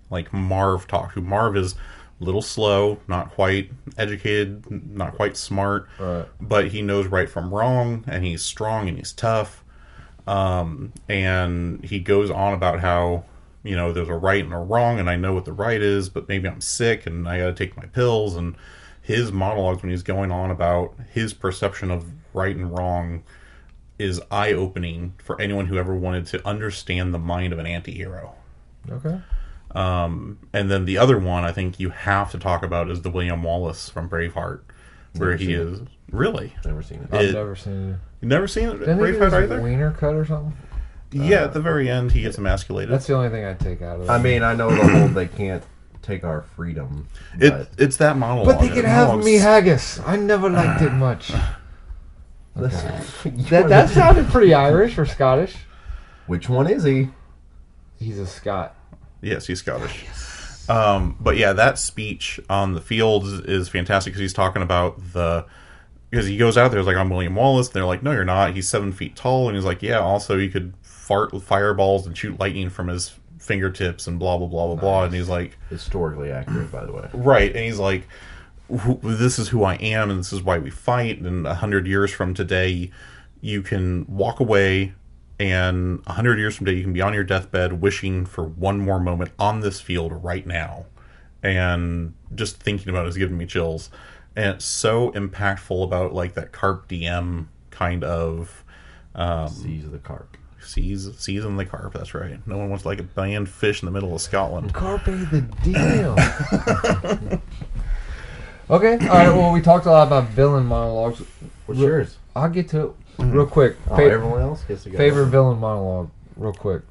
Speaker 1: like Marv talk. Who Marv is a little slow, not quite educated, n- not quite smart,
Speaker 4: Right.
Speaker 1: but he knows right from wrong, and he's strong and he's tough. Um, and he goes on about how you know there's a right and a wrong, and I know what the right is, but maybe I'm sick and I got to take my pills. And his monologues when he's going on about his perception of right and wrong is eye opening for anyone who ever wanted to understand the mind of an anti hero.
Speaker 4: okay.
Speaker 1: And then the other one I think you have to talk about is the William Wallace from Braveheart, where he is really.
Speaker 2: Never seen it.
Speaker 1: Uh,
Speaker 4: I've
Speaker 1: It-
Speaker 4: never seen it.
Speaker 1: You've never seen it,
Speaker 4: Didn't he get
Speaker 1: Braveheart
Speaker 4: his
Speaker 1: either?
Speaker 4: wiener cut or something?
Speaker 1: yeah, at the very end he gets emasculated.
Speaker 4: That's the only thing I take out of it.
Speaker 2: I mean, I know the whole they can't take our freedom.
Speaker 1: it,
Speaker 2: but
Speaker 1: it's that monologue.
Speaker 4: but they
Speaker 1: That
Speaker 4: can have
Speaker 1: monologue's-
Speaker 4: me haggis. I never liked it much.
Speaker 2: That's-
Speaker 4: That that sounded pretty Irish or Scottish.
Speaker 2: Which one is he?
Speaker 4: He's a Scot.
Speaker 1: Yes, he's Scottish. Um, but yeah, that speech on the field is, is fantastic because he's talking about the because he goes out there he's like I'm William Wallace. And they're like, no, you're not. He's seven feet tall, and he's like, yeah. Also, he could fart with fireballs and shoot lightning from his fingertips and blah blah blah blah blah. And he's like,
Speaker 2: Historically accurate, by the way.
Speaker 1: Right, and he's like, "Wh- "This is who I am, and this is why we fight." And a hundred years from today, you can walk away, and a hundred years from today, you can be on your deathbed, wishing for one more moment on this field right now. And just thinking about it is giving me chills, and it's so impactful about like that carp diem kind of
Speaker 2: Seize the carp.
Speaker 1: seas season the carp. That's right. No one wants like a banned fish in the middle of Scotland.
Speaker 4: Carpe the deal. okay, all right. Well, we talked a lot about villain monologues.
Speaker 2: What's
Speaker 4: Re-
Speaker 2: yours?
Speaker 4: I'll get to it real quick.
Speaker 2: Oh,
Speaker 4: Fa-
Speaker 2: everyone else gets to go.
Speaker 4: favorite villain monologue, real quick.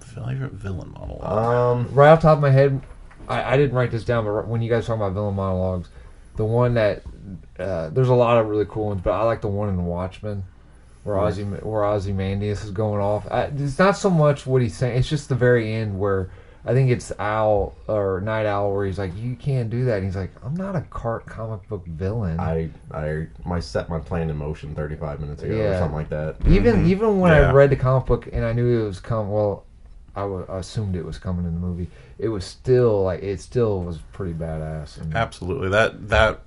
Speaker 1: Favorite villain monologue.
Speaker 2: Um,
Speaker 4: Right off the top of my head, I, I didn't write this down, but right- when you guys talk about villain monologues, the one that uh, there's a lot of really cool ones, but I like the one in Watchmen. Where Ozzy, where Ozymandias is going off. I, it's not so much what he's saying; it's just the very end where I think it's Owl or Night Owl where he's like, "You can't do that." And he's like, "I'm not a cart comic book villain."
Speaker 2: I I my set my plan in motion 35 minutes ago or
Speaker 4: Yeah.
Speaker 2: something like that.
Speaker 4: Even even when
Speaker 1: Yeah.
Speaker 4: I read the comic book and I knew it was coming, well, I wa- I assumed it was coming in the movie. It was still like it still was pretty badass. And
Speaker 1: Absolutely. That that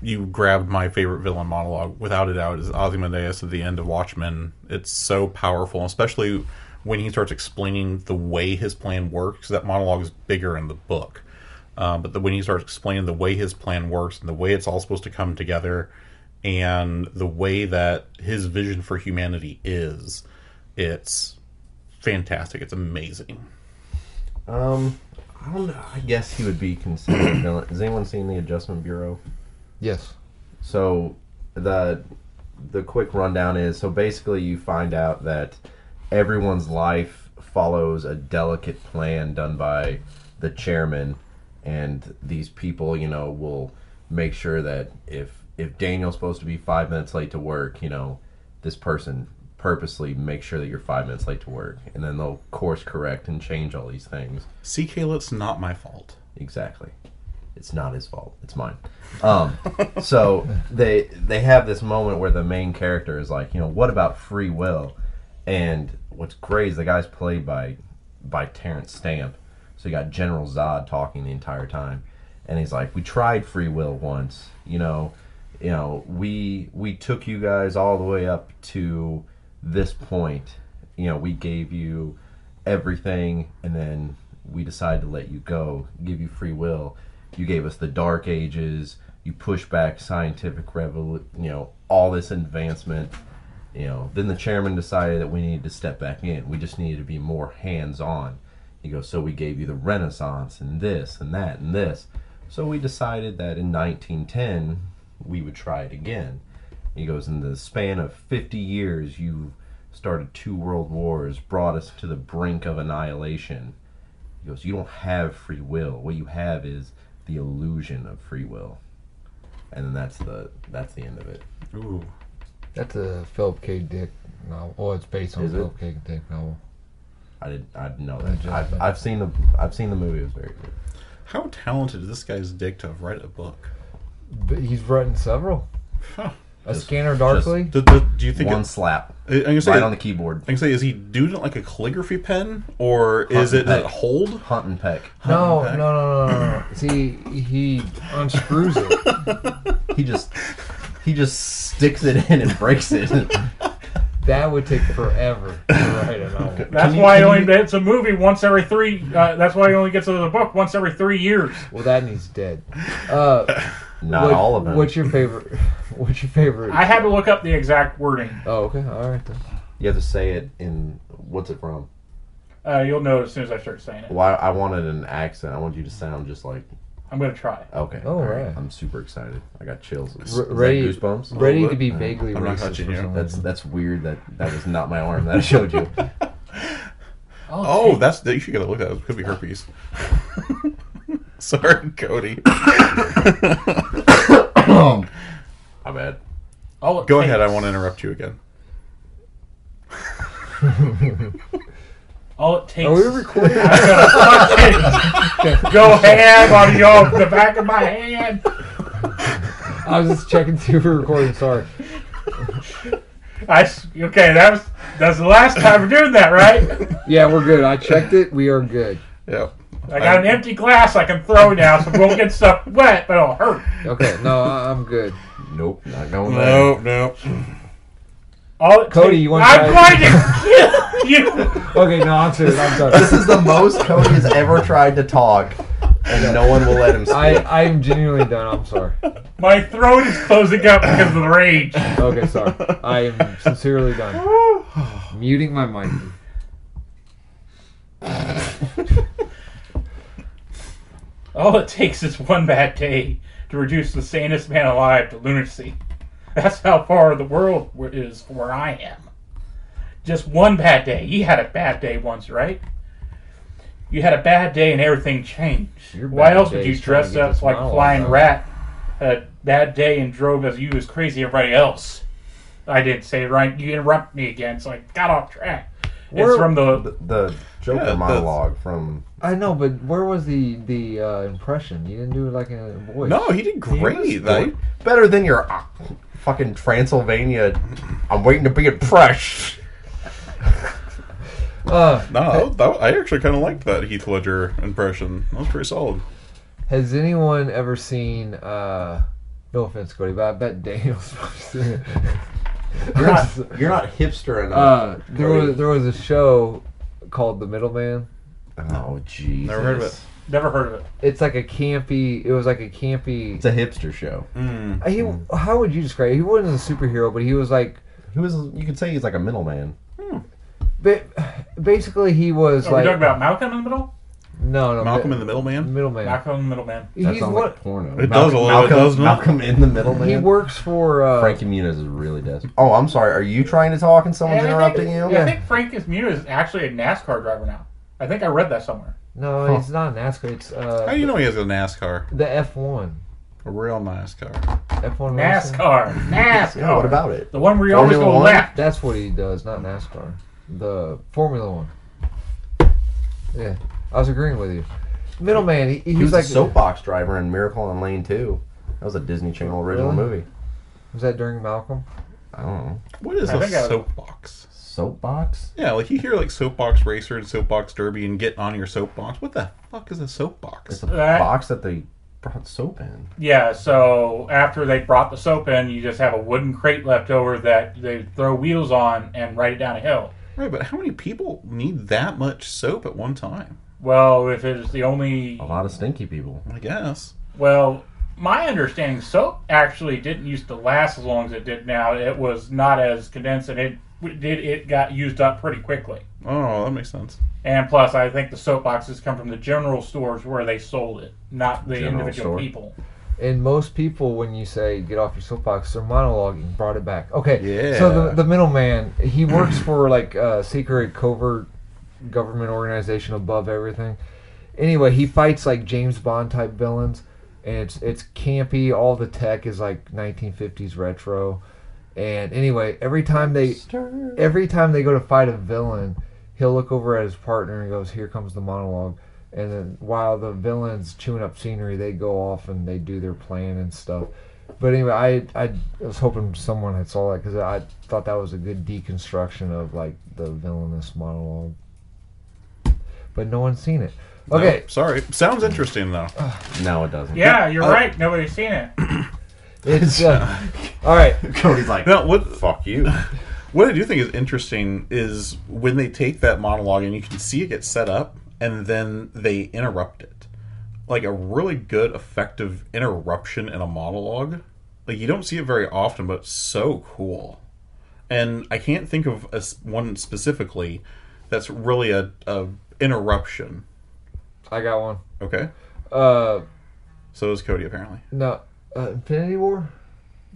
Speaker 1: you grabbed my favorite villain monologue without a doubt is Ozymandias at the end of Watchmen. It's so powerful, especially when he starts explaining the way his plan works. That monologue is bigger in the book, uh, but the, when he starts explaining the way his plan works and the way it's all supposed to come together, and the way that his vision for humanity is, it's fantastic. It's amazing.
Speaker 2: Um, I don't know. I guess he would be considered a villain. Has anyone seen the Adjustment Bureau?
Speaker 4: Yes.
Speaker 2: So the the quick rundown is so basically you find out that everyone's life follows a delicate plan done by the chairman and these people, you know, will make sure that if if Daniel's supposed to be 5 minutes late to work, you know, this person purposely make sure that you're 5 minutes late to work and then they'll course correct and change all these things.
Speaker 1: CK, it's not my fault.
Speaker 2: Exactly. It's not his fault. It's mine. Um, so they they have this moment where the main character is like, you know, what about free will? And what's great is the guy's played by by Terrence Stamp. So you got General Zod talking the entire time, and he's like, we tried free will once, you know, you know, we we took you guys all the way up to this point. You know, we gave you everything, and then we decide to let you go, give you free will. You gave us the Dark Ages. You push back scientific revol, you know, all this advancement. You know, then the chairman decided that we needed to step back in. We just needed to be more hands-on. He goes, so we gave you the Renaissance and this and that and this. So we decided that in 1910 we would try it again. He goes, in the span of 50 years, you started two world wars, brought us to the brink of annihilation. He goes, You don't have free will. What you have is the illusion of free will. And then that's the that's the end of it.
Speaker 1: Ooh.
Speaker 4: That's a Philip K. Dick novel. Oh, it's based on a
Speaker 2: Is it?
Speaker 4: Philip K. Dick novel.
Speaker 2: I did I didn't know
Speaker 4: Good
Speaker 2: that.
Speaker 4: job,
Speaker 2: I've,
Speaker 4: man.
Speaker 2: I've seen the I've seen the movie. It was very good.
Speaker 1: How talented is this guy's dick to have written a book?
Speaker 4: But he's written several.
Speaker 1: Huh.
Speaker 4: A
Speaker 2: Just-
Speaker 4: Scanner Darkly.
Speaker 1: Do, do, do you think
Speaker 2: One
Speaker 1: it's,
Speaker 2: slap
Speaker 1: I- I'm gonna say,
Speaker 2: right on the keyboard.
Speaker 1: I can say, is he doing it like a calligraphy pen, or is it does it
Speaker 2: Hunt and peck.
Speaker 1: hold?
Speaker 2: Hunt and peck.
Speaker 4: no,
Speaker 1: Okay.
Speaker 4: no, no, no, no, no. See, he unscrews it.
Speaker 2: He just he just sticks it in and breaks it.
Speaker 4: That would take forever to write a novel.
Speaker 3: That's
Speaker 2: Can you-
Speaker 3: why
Speaker 2: can
Speaker 3: only
Speaker 2: you-
Speaker 3: it's a movie once every three. Uh, that's why he only gets another book once every three years.
Speaker 4: Well, that needs dead. Uh,
Speaker 2: Not
Speaker 4: what-
Speaker 2: all of them.
Speaker 4: What's your favorite? What's your favorite?
Speaker 3: I had to look up the exact wording.
Speaker 4: oh, okay, all right then.
Speaker 2: you have to say it in what's it from?
Speaker 3: Uh, you'll know as soon as I start saying it.
Speaker 2: Why I wanted an accent. I want you to sound just like
Speaker 3: I'm gonna try.
Speaker 2: okay.
Speaker 4: Oh,
Speaker 2: all right.
Speaker 4: right.
Speaker 2: I'm super excited. I got chills. Is- is
Speaker 4: R-
Speaker 2: that
Speaker 4: ready-
Speaker 2: goosebumps.
Speaker 4: Ready to
Speaker 1: bit.
Speaker 4: be vaguely
Speaker 1: Oh, I'm not
Speaker 4: racist.
Speaker 1: touching
Speaker 4: for
Speaker 1: you.
Speaker 4: some
Speaker 2: That's
Speaker 4: reason.
Speaker 2: that's weird. That that was not my arm that I showed you.
Speaker 1: Oh, that's that you should get a look at. It It could be herpes. Sorry, Cody.
Speaker 2: My bad.
Speaker 3: All it
Speaker 1: Go ahead. I
Speaker 3: takes-
Speaker 1: want to interrupt you again.
Speaker 3: All it takes.
Speaker 4: Are we recording?
Speaker 3: Go ham on your the back of my hand.
Speaker 4: I was just checking to see if we were recording. Sorry.
Speaker 3: I s- okay. That was that's the last time we're doing that, right?
Speaker 4: Yeah, we're good. I checked it. We are good.
Speaker 1: Yeah.
Speaker 3: I got an empty glass I can throw now, so it won't get stuff wet, but it'll hurt.
Speaker 4: Okay, no, I- I'm good.
Speaker 2: Nope, not going
Speaker 1: No, no.
Speaker 3: All it
Speaker 4: Cody,
Speaker 3: takes-
Speaker 4: you wanna
Speaker 3: I'm
Speaker 4: try
Speaker 3: going to kill you.
Speaker 4: Okay, no, I'm serious. I'm
Speaker 2: there.
Speaker 4: sorry.
Speaker 2: This is the most Cody has ever tried to talk, and no one will let him speak.
Speaker 4: I I'm genuinely done. I'm sorry.
Speaker 3: My throat is closing up because of the rage.
Speaker 4: Okay, sorry. I am sincerely done. Muting my mic.
Speaker 3: All it takes is one bad day to reduce the sanest man alive to lunacy. That's how far the world w- is from where I am. Just one bad day. You had a bad day once, right? You had a bad day and everything changed.
Speaker 4: Your
Speaker 3: Why
Speaker 4: bad
Speaker 3: else would
Speaker 4: day
Speaker 3: you
Speaker 4: is trying to
Speaker 3: dress
Speaker 4: get
Speaker 3: up
Speaker 4: this
Speaker 3: like a
Speaker 4: monologue
Speaker 3: flying
Speaker 4: out.
Speaker 3: rat? Had a bad day and drove as you as crazy as everybody else. I didn't say it right. You interrupt me again, so I got off track.
Speaker 4: Where-
Speaker 3: it's from the
Speaker 2: the, the Joker
Speaker 1: Yeah, that's-
Speaker 2: monologue from
Speaker 4: I know, but where was the the uh, impression? You didn't do like a voice.
Speaker 1: No, he did great. I-
Speaker 2: better than your uh, fucking Transylvania. I'm waiting to be impressed.
Speaker 4: Uh,
Speaker 1: no, that, that- I actually kind of liked that Heath Ledger impression. That was pretty solid.
Speaker 4: has anyone ever seen uh, No offense, Cody, but I bet Daniel's.
Speaker 2: You're not, you're not hipster enough.
Speaker 4: Uh, there was there was a show called The Middleman.
Speaker 2: oh, jeez.
Speaker 1: Never heard of it.
Speaker 3: Never heard of it.
Speaker 4: It's like a campy. It was like a campy.
Speaker 2: It's a hipster show.
Speaker 1: Mm.
Speaker 4: He, how would you describe? It? He wasn't a superhero, but he was like.
Speaker 2: He was, you could say he's like a middleman.
Speaker 4: ba- Basically, he was
Speaker 3: Are we
Speaker 4: like
Speaker 3: talking about Malcolm in the Middle?
Speaker 4: no, no,
Speaker 1: Malcolm
Speaker 4: ma-
Speaker 1: in the Middle
Speaker 2: Hmm.
Speaker 1: Man.
Speaker 4: middleman.
Speaker 3: Malcolm in the Middle Man.
Speaker 2: That
Speaker 4: He's
Speaker 2: sounds
Speaker 4: what
Speaker 2: like porno.
Speaker 1: It does a little bit,
Speaker 2: Malcolm,
Speaker 1: doesn't it?
Speaker 2: Malcolm in the middleman.
Speaker 4: he works for. Uh,
Speaker 2: Frankie Muniz is really desperate. Oh, I'm sorry. Are you trying to talk and someone's
Speaker 3: And I
Speaker 2: interrupting
Speaker 3: think-
Speaker 2: you?
Speaker 3: I think Frank is Mune is actually a NASCAR driver now. I think I read that somewhere.
Speaker 4: No,
Speaker 2: Huh.
Speaker 4: it's not NASCAR. It's uh,
Speaker 1: How do you know he has a NASCAR?
Speaker 4: the F one.
Speaker 1: A real NASCAR.
Speaker 4: F one
Speaker 3: NASCAR. NASCAR.
Speaker 2: Yeah, what about it?
Speaker 3: the one where you always
Speaker 2: Formula
Speaker 3: go
Speaker 2: One?
Speaker 3: left?
Speaker 4: That's what he does, not NASCAR. The Formula One. Yeah, I was agreeing with you. Middleman. He, he
Speaker 2: He
Speaker 4: was,
Speaker 2: was
Speaker 4: like.
Speaker 2: a soapbox driver in Miracle on Lane 2. That was a Disney Channel original
Speaker 4: Really?
Speaker 2: movie.
Speaker 4: Was that during Malcolm?
Speaker 2: I don't know.
Speaker 1: What is
Speaker 3: I
Speaker 1: a
Speaker 3: think I-
Speaker 1: soapbox?
Speaker 2: Soapbox?
Speaker 1: Yeah, like you hear like soapbox racer and soapbox derby and get on your soapbox. What the fuck is a soapbox?
Speaker 2: It's a
Speaker 3: That-
Speaker 2: box that they brought soap in.
Speaker 3: Yeah, so after they brought the soap in, you just have a wooden crate left over that they throw wheels on and ride it down a hill.
Speaker 1: Right, but how many people need that much soap at one time?
Speaker 3: Well, if it is the only.
Speaker 2: A lot of stinky people.
Speaker 1: I guess.
Speaker 3: Well, my understanding, soap actually didn't used to last as long as it did now. It was not as condensed, and it it did it got used up pretty quickly.
Speaker 1: Oh, that makes sense.
Speaker 3: And plus, I think the soap boxes come from the general stores where they sold it, not the
Speaker 2: General
Speaker 3: individual
Speaker 2: store.
Speaker 3: people.
Speaker 4: And most people, when you say get off your soapbox, they're monologuing. Brought it back. Okay.
Speaker 1: Yeah.
Speaker 4: So the the middleman, he works for like a secret covert government organization above everything. Anyway, he fights like James Bond type villains, and it's it's campy. All the tech is like 1950s retro. And anyway, every time they every time they go to fight a villain, he'll look over at his partner and goes, "Here comes the monologue." And then while the villains chewing up scenery, they go off and they do their plan and stuff. But anyway, I I was hoping someone had saw that because I thought that was a good deconstruction of like the villainous monologue. But no one's seen it. Okay,
Speaker 1: No, Oh, sorry. Sounds interesting though.
Speaker 2: No, it doesn't.
Speaker 3: Yeah, you're
Speaker 1: Oh.
Speaker 3: right. Nobody's seen it.
Speaker 4: it's uh, all right.
Speaker 2: Cody's like,
Speaker 1: No, what
Speaker 2: fuck you.
Speaker 1: What I do think is interesting is when they take that monologue and you can see it get set up and then they interrupt it. Like a really good, effective interruption in a monologue. Like you don't see it very often, but it's so cool. And I can't think of a s one specifically that's really a, a interruption.
Speaker 4: I got one.
Speaker 1: Okay,
Speaker 4: Uh,
Speaker 1: so is Cody apparently.
Speaker 4: no, uh, Infinity War.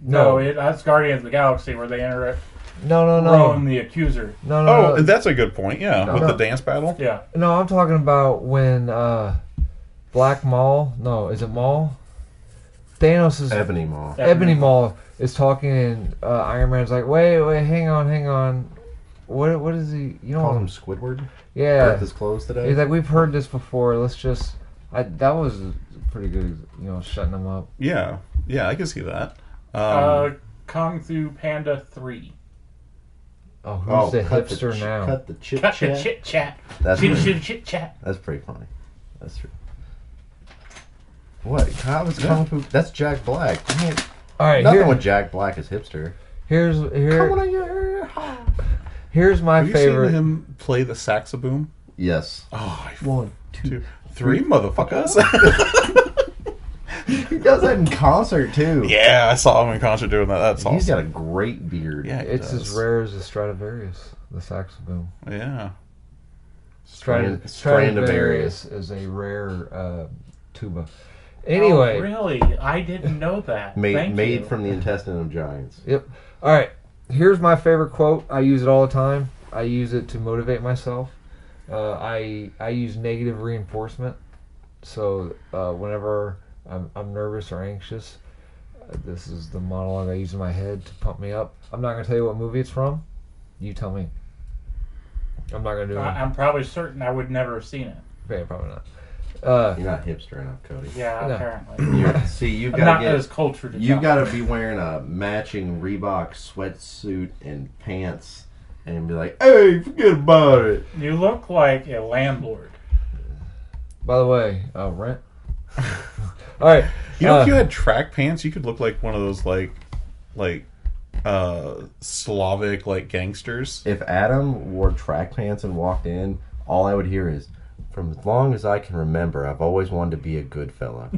Speaker 3: No, it, that's Guardians of the Galaxy where they enter
Speaker 4: no, no, no,
Speaker 3: Rowan the Accuser.
Speaker 4: no, no.
Speaker 1: Oh,
Speaker 4: no.
Speaker 1: that's a good point. Yeah,
Speaker 4: Uh, No.
Speaker 1: with the dance battle.
Speaker 3: Yeah,
Speaker 4: No, I'm talking about when uh Black Maul. No, is it Maul? Thanos is Ebony,
Speaker 2: Ebony Maw.
Speaker 4: Maul is talking, and uh, Iron Man's like, "Wait, wait, hang on, hang on. What, what is he? You
Speaker 2: Called
Speaker 4: know,
Speaker 2: him Squidward. Earth
Speaker 4: yeah."
Speaker 2: is closed today.
Speaker 4: He's like, "We've heard this before. Let's just." I, that was pretty good, you know, shutting him up.
Speaker 1: Yeah, yeah, I can see that. Um,
Speaker 3: uh, Kung Fu Panda Three.
Speaker 4: Oh, who's
Speaker 2: Oh,
Speaker 4: the
Speaker 2: cut
Speaker 4: hipster
Speaker 2: ch-
Speaker 4: now?
Speaker 2: Cut the chit
Speaker 3: Cut the
Speaker 2: chat.
Speaker 3: chit chat.
Speaker 2: That's
Speaker 3: Chit
Speaker 2: right.
Speaker 3: chit chit chat.
Speaker 2: That's pretty funny. That's true. What? How is Kung Fu? That's Jack Black. Dang it.
Speaker 4: All right,
Speaker 2: Nothing
Speaker 4: here-
Speaker 2: with Jack Black is hipster.
Speaker 4: here's here,
Speaker 2: here.
Speaker 4: here's my
Speaker 1: have you
Speaker 4: favorite.
Speaker 1: seen him play the saxoboom?
Speaker 2: Yes.
Speaker 1: Oh, I
Speaker 2: One,
Speaker 1: two, three motherfuckers.
Speaker 2: He does that in concert too.
Speaker 1: yeah, I saw him in concert doing that. That's
Speaker 2: He's
Speaker 1: awesome.
Speaker 2: got a great beard.
Speaker 1: Yeah, he
Speaker 4: It's as
Speaker 1: does.
Speaker 4: rare as the Stradivarius, the saxophone.
Speaker 1: Yeah.
Speaker 4: Strad-
Speaker 2: Strand-
Speaker 4: Stradivarius is a rare uh, tuba. Anyway,
Speaker 3: Oh, really? I didn't know that.
Speaker 2: Made
Speaker 3: Thank
Speaker 2: made
Speaker 3: you.
Speaker 2: from the intestine of giants.
Speaker 4: yep. All right. Here's my favorite quote. I use it all the time. I use it to motivate myself. Uh, I I use negative reinforcement. So uh, whenever I'm, I'm nervous or anxious, uh, this is the monologue I use in my head to pump me up. I'm not gonna tell you what movie it's from. You tell me. I'm not gonna do
Speaker 3: I,
Speaker 2: Uh,
Speaker 4: it.
Speaker 3: I'm probably certain I would never have seen it.
Speaker 4: Okay, probably not. Uh,
Speaker 2: You're not hipster enough, Cody.
Speaker 3: Yeah,
Speaker 4: No.
Speaker 3: apparently.
Speaker 2: You're, see, you've
Speaker 3: I'm not
Speaker 2: got
Speaker 3: as
Speaker 2: to
Speaker 3: cultured.
Speaker 2: get
Speaker 3: as
Speaker 2: you've
Speaker 3: that.
Speaker 2: got to be wearing a matching Reebok sweatsuit and pants, and be like, "Hey, forget about it."
Speaker 3: You look like a landlord.
Speaker 4: By the way, uh, rent. oh, All right.
Speaker 1: You know,
Speaker 4: Uh,
Speaker 1: if you had track pants, you could look like one of those like, like, uh, Slavic like gangsters.
Speaker 2: If Adam wore track pants and walked in, all I would hear is, "From as long as I can remember, I've always wanted to be a good fella."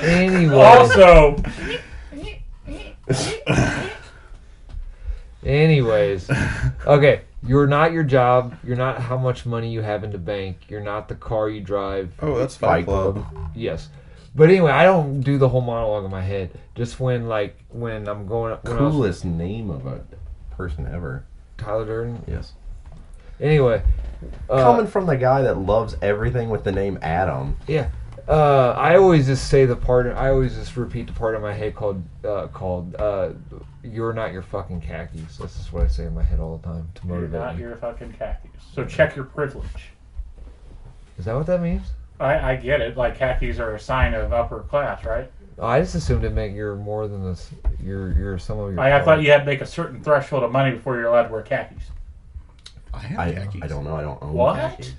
Speaker 4: Anyway.
Speaker 3: Also,
Speaker 4: Anyways, okay, you're not your job. You're not how much money you have in the bank. You're not the car you drive.
Speaker 1: Oh, that's Fight
Speaker 2: Fight
Speaker 1: Club.
Speaker 2: Club.
Speaker 4: Yes, but anyway, I don't do the whole monologue in my head. Just when like when I'm going when I was,
Speaker 2: Coolest name of a person ever.
Speaker 4: Tyler Durden.
Speaker 2: Yes.
Speaker 4: Anyway, uh,
Speaker 2: Coming from the guy that loves everything with the name Adam.
Speaker 4: Yeah. Uh, I always just say the part. I always just repeat the part in my head called uh, called uh, "You're not your fucking khakis." That's just what I say in my head all the time to
Speaker 3: you're
Speaker 4: motivate
Speaker 3: not
Speaker 4: me.
Speaker 3: your fucking khakis. So check your privilege.
Speaker 4: Is that what that means?
Speaker 3: I, I get it. Like khakis are a sign of upper class, right?
Speaker 4: Oh, I just assumed it meant you're more than this. You're you're some of your.
Speaker 3: Like I
Speaker 4: color.
Speaker 3: thought you had to make a certain threshold of money before you're allowed to wear khakis.
Speaker 1: I have
Speaker 2: I,
Speaker 1: khakis.
Speaker 2: I don't know. I don't own
Speaker 3: What?
Speaker 2: khakis.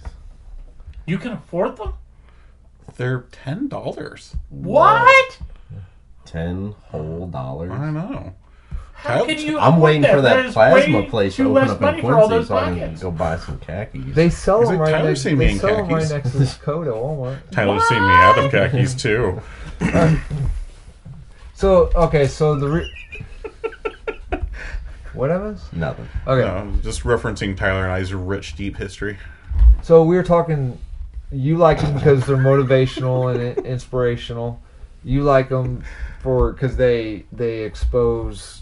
Speaker 3: You can afford them?
Speaker 1: They're ten dollars.
Speaker 3: What?
Speaker 2: Ten whole dollars.
Speaker 1: I know.
Speaker 3: How can you?
Speaker 2: I'm
Speaker 3: afford
Speaker 2: waiting for that
Speaker 3: There's
Speaker 2: plasma
Speaker 3: way
Speaker 2: place to
Speaker 3: too
Speaker 2: open
Speaker 3: less
Speaker 2: up
Speaker 3: money
Speaker 2: in
Speaker 3: for all
Speaker 2: Quincy
Speaker 3: those
Speaker 2: so I can
Speaker 3: pockets.
Speaker 2: go buy some khakis.
Speaker 4: They sell
Speaker 1: Is
Speaker 4: them
Speaker 1: it
Speaker 4: right
Speaker 1: Tyler
Speaker 4: next.
Speaker 1: seen me
Speaker 4: They
Speaker 1: in
Speaker 4: sell them right
Speaker 1: khakis?
Speaker 4: next to this coat at Walmart.
Speaker 1: Tyler's seen me Adam khakis too.
Speaker 4: So okay, so the re- what happens?
Speaker 2: Nothing.
Speaker 4: Okay,
Speaker 1: Um, just referencing Tyler and I's rich deep history.
Speaker 4: so we were talking. You like them because they're motivational and i- inspirational. You like them for because they they expose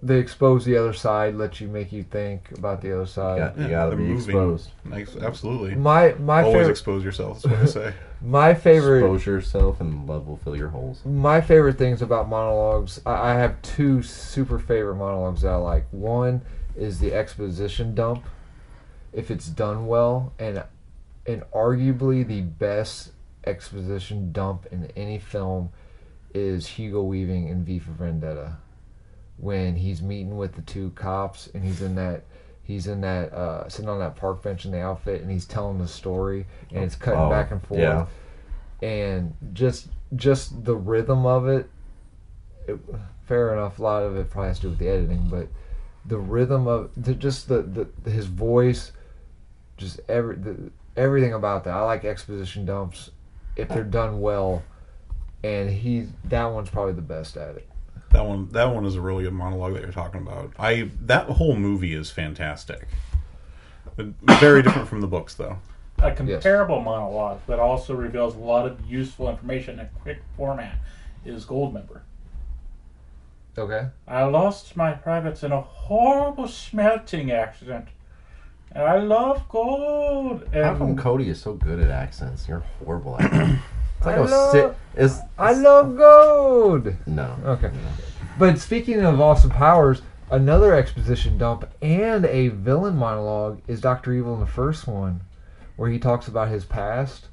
Speaker 4: they expose the other side, let you make you think about the other side.
Speaker 2: Got-
Speaker 1: Yeah,
Speaker 2: you gotta
Speaker 1: they're
Speaker 2: be
Speaker 1: moving.
Speaker 2: exposed.
Speaker 1: Nice, absolutely.
Speaker 4: My my
Speaker 1: Always
Speaker 4: favorite
Speaker 1: expose yourself. That's what I say.
Speaker 4: my favorite
Speaker 2: Expose yourself and love will fill your holes.
Speaker 4: my favorite things about monologues I, I have two super favorite monologues that i like one is the exposition dump if it's done well and and arguably the best exposition dump in any film is hugo weaving in v for vendetta when he's meeting with the two cops and he's in that he's in that uh, sitting on that park bench in the outfit and he's telling the story and it's cutting
Speaker 2: Oh,
Speaker 4: back and forth
Speaker 2: yeah.
Speaker 4: and just just the rhythm of it, it fair enough a lot of it probably has to do with the editing but the rhythm of the, just the, the his voice just every the, everything about that i like exposition dumps if they're done well and he that one's probably the best at it
Speaker 1: That one, that one is a really good monologue that you're talking about. I that whole movie is fantastic. Very different from the books, though.
Speaker 3: a comparable monologue that also reveals a lot of useful information in a quick format is Goldmember.
Speaker 4: okay
Speaker 3: I lost my privates in a horrible smelting accident, and I love gold. And
Speaker 2: How come Cody is so good at accents? You're horrible at them. It's like
Speaker 4: I
Speaker 2: I
Speaker 4: love-
Speaker 2: was sit. It's,
Speaker 4: i love gold
Speaker 2: no.
Speaker 4: Okay. But speaking of awesome powers, another exposition dump and a villain monologue is Doctor Evil in the first one, where he talks about his past.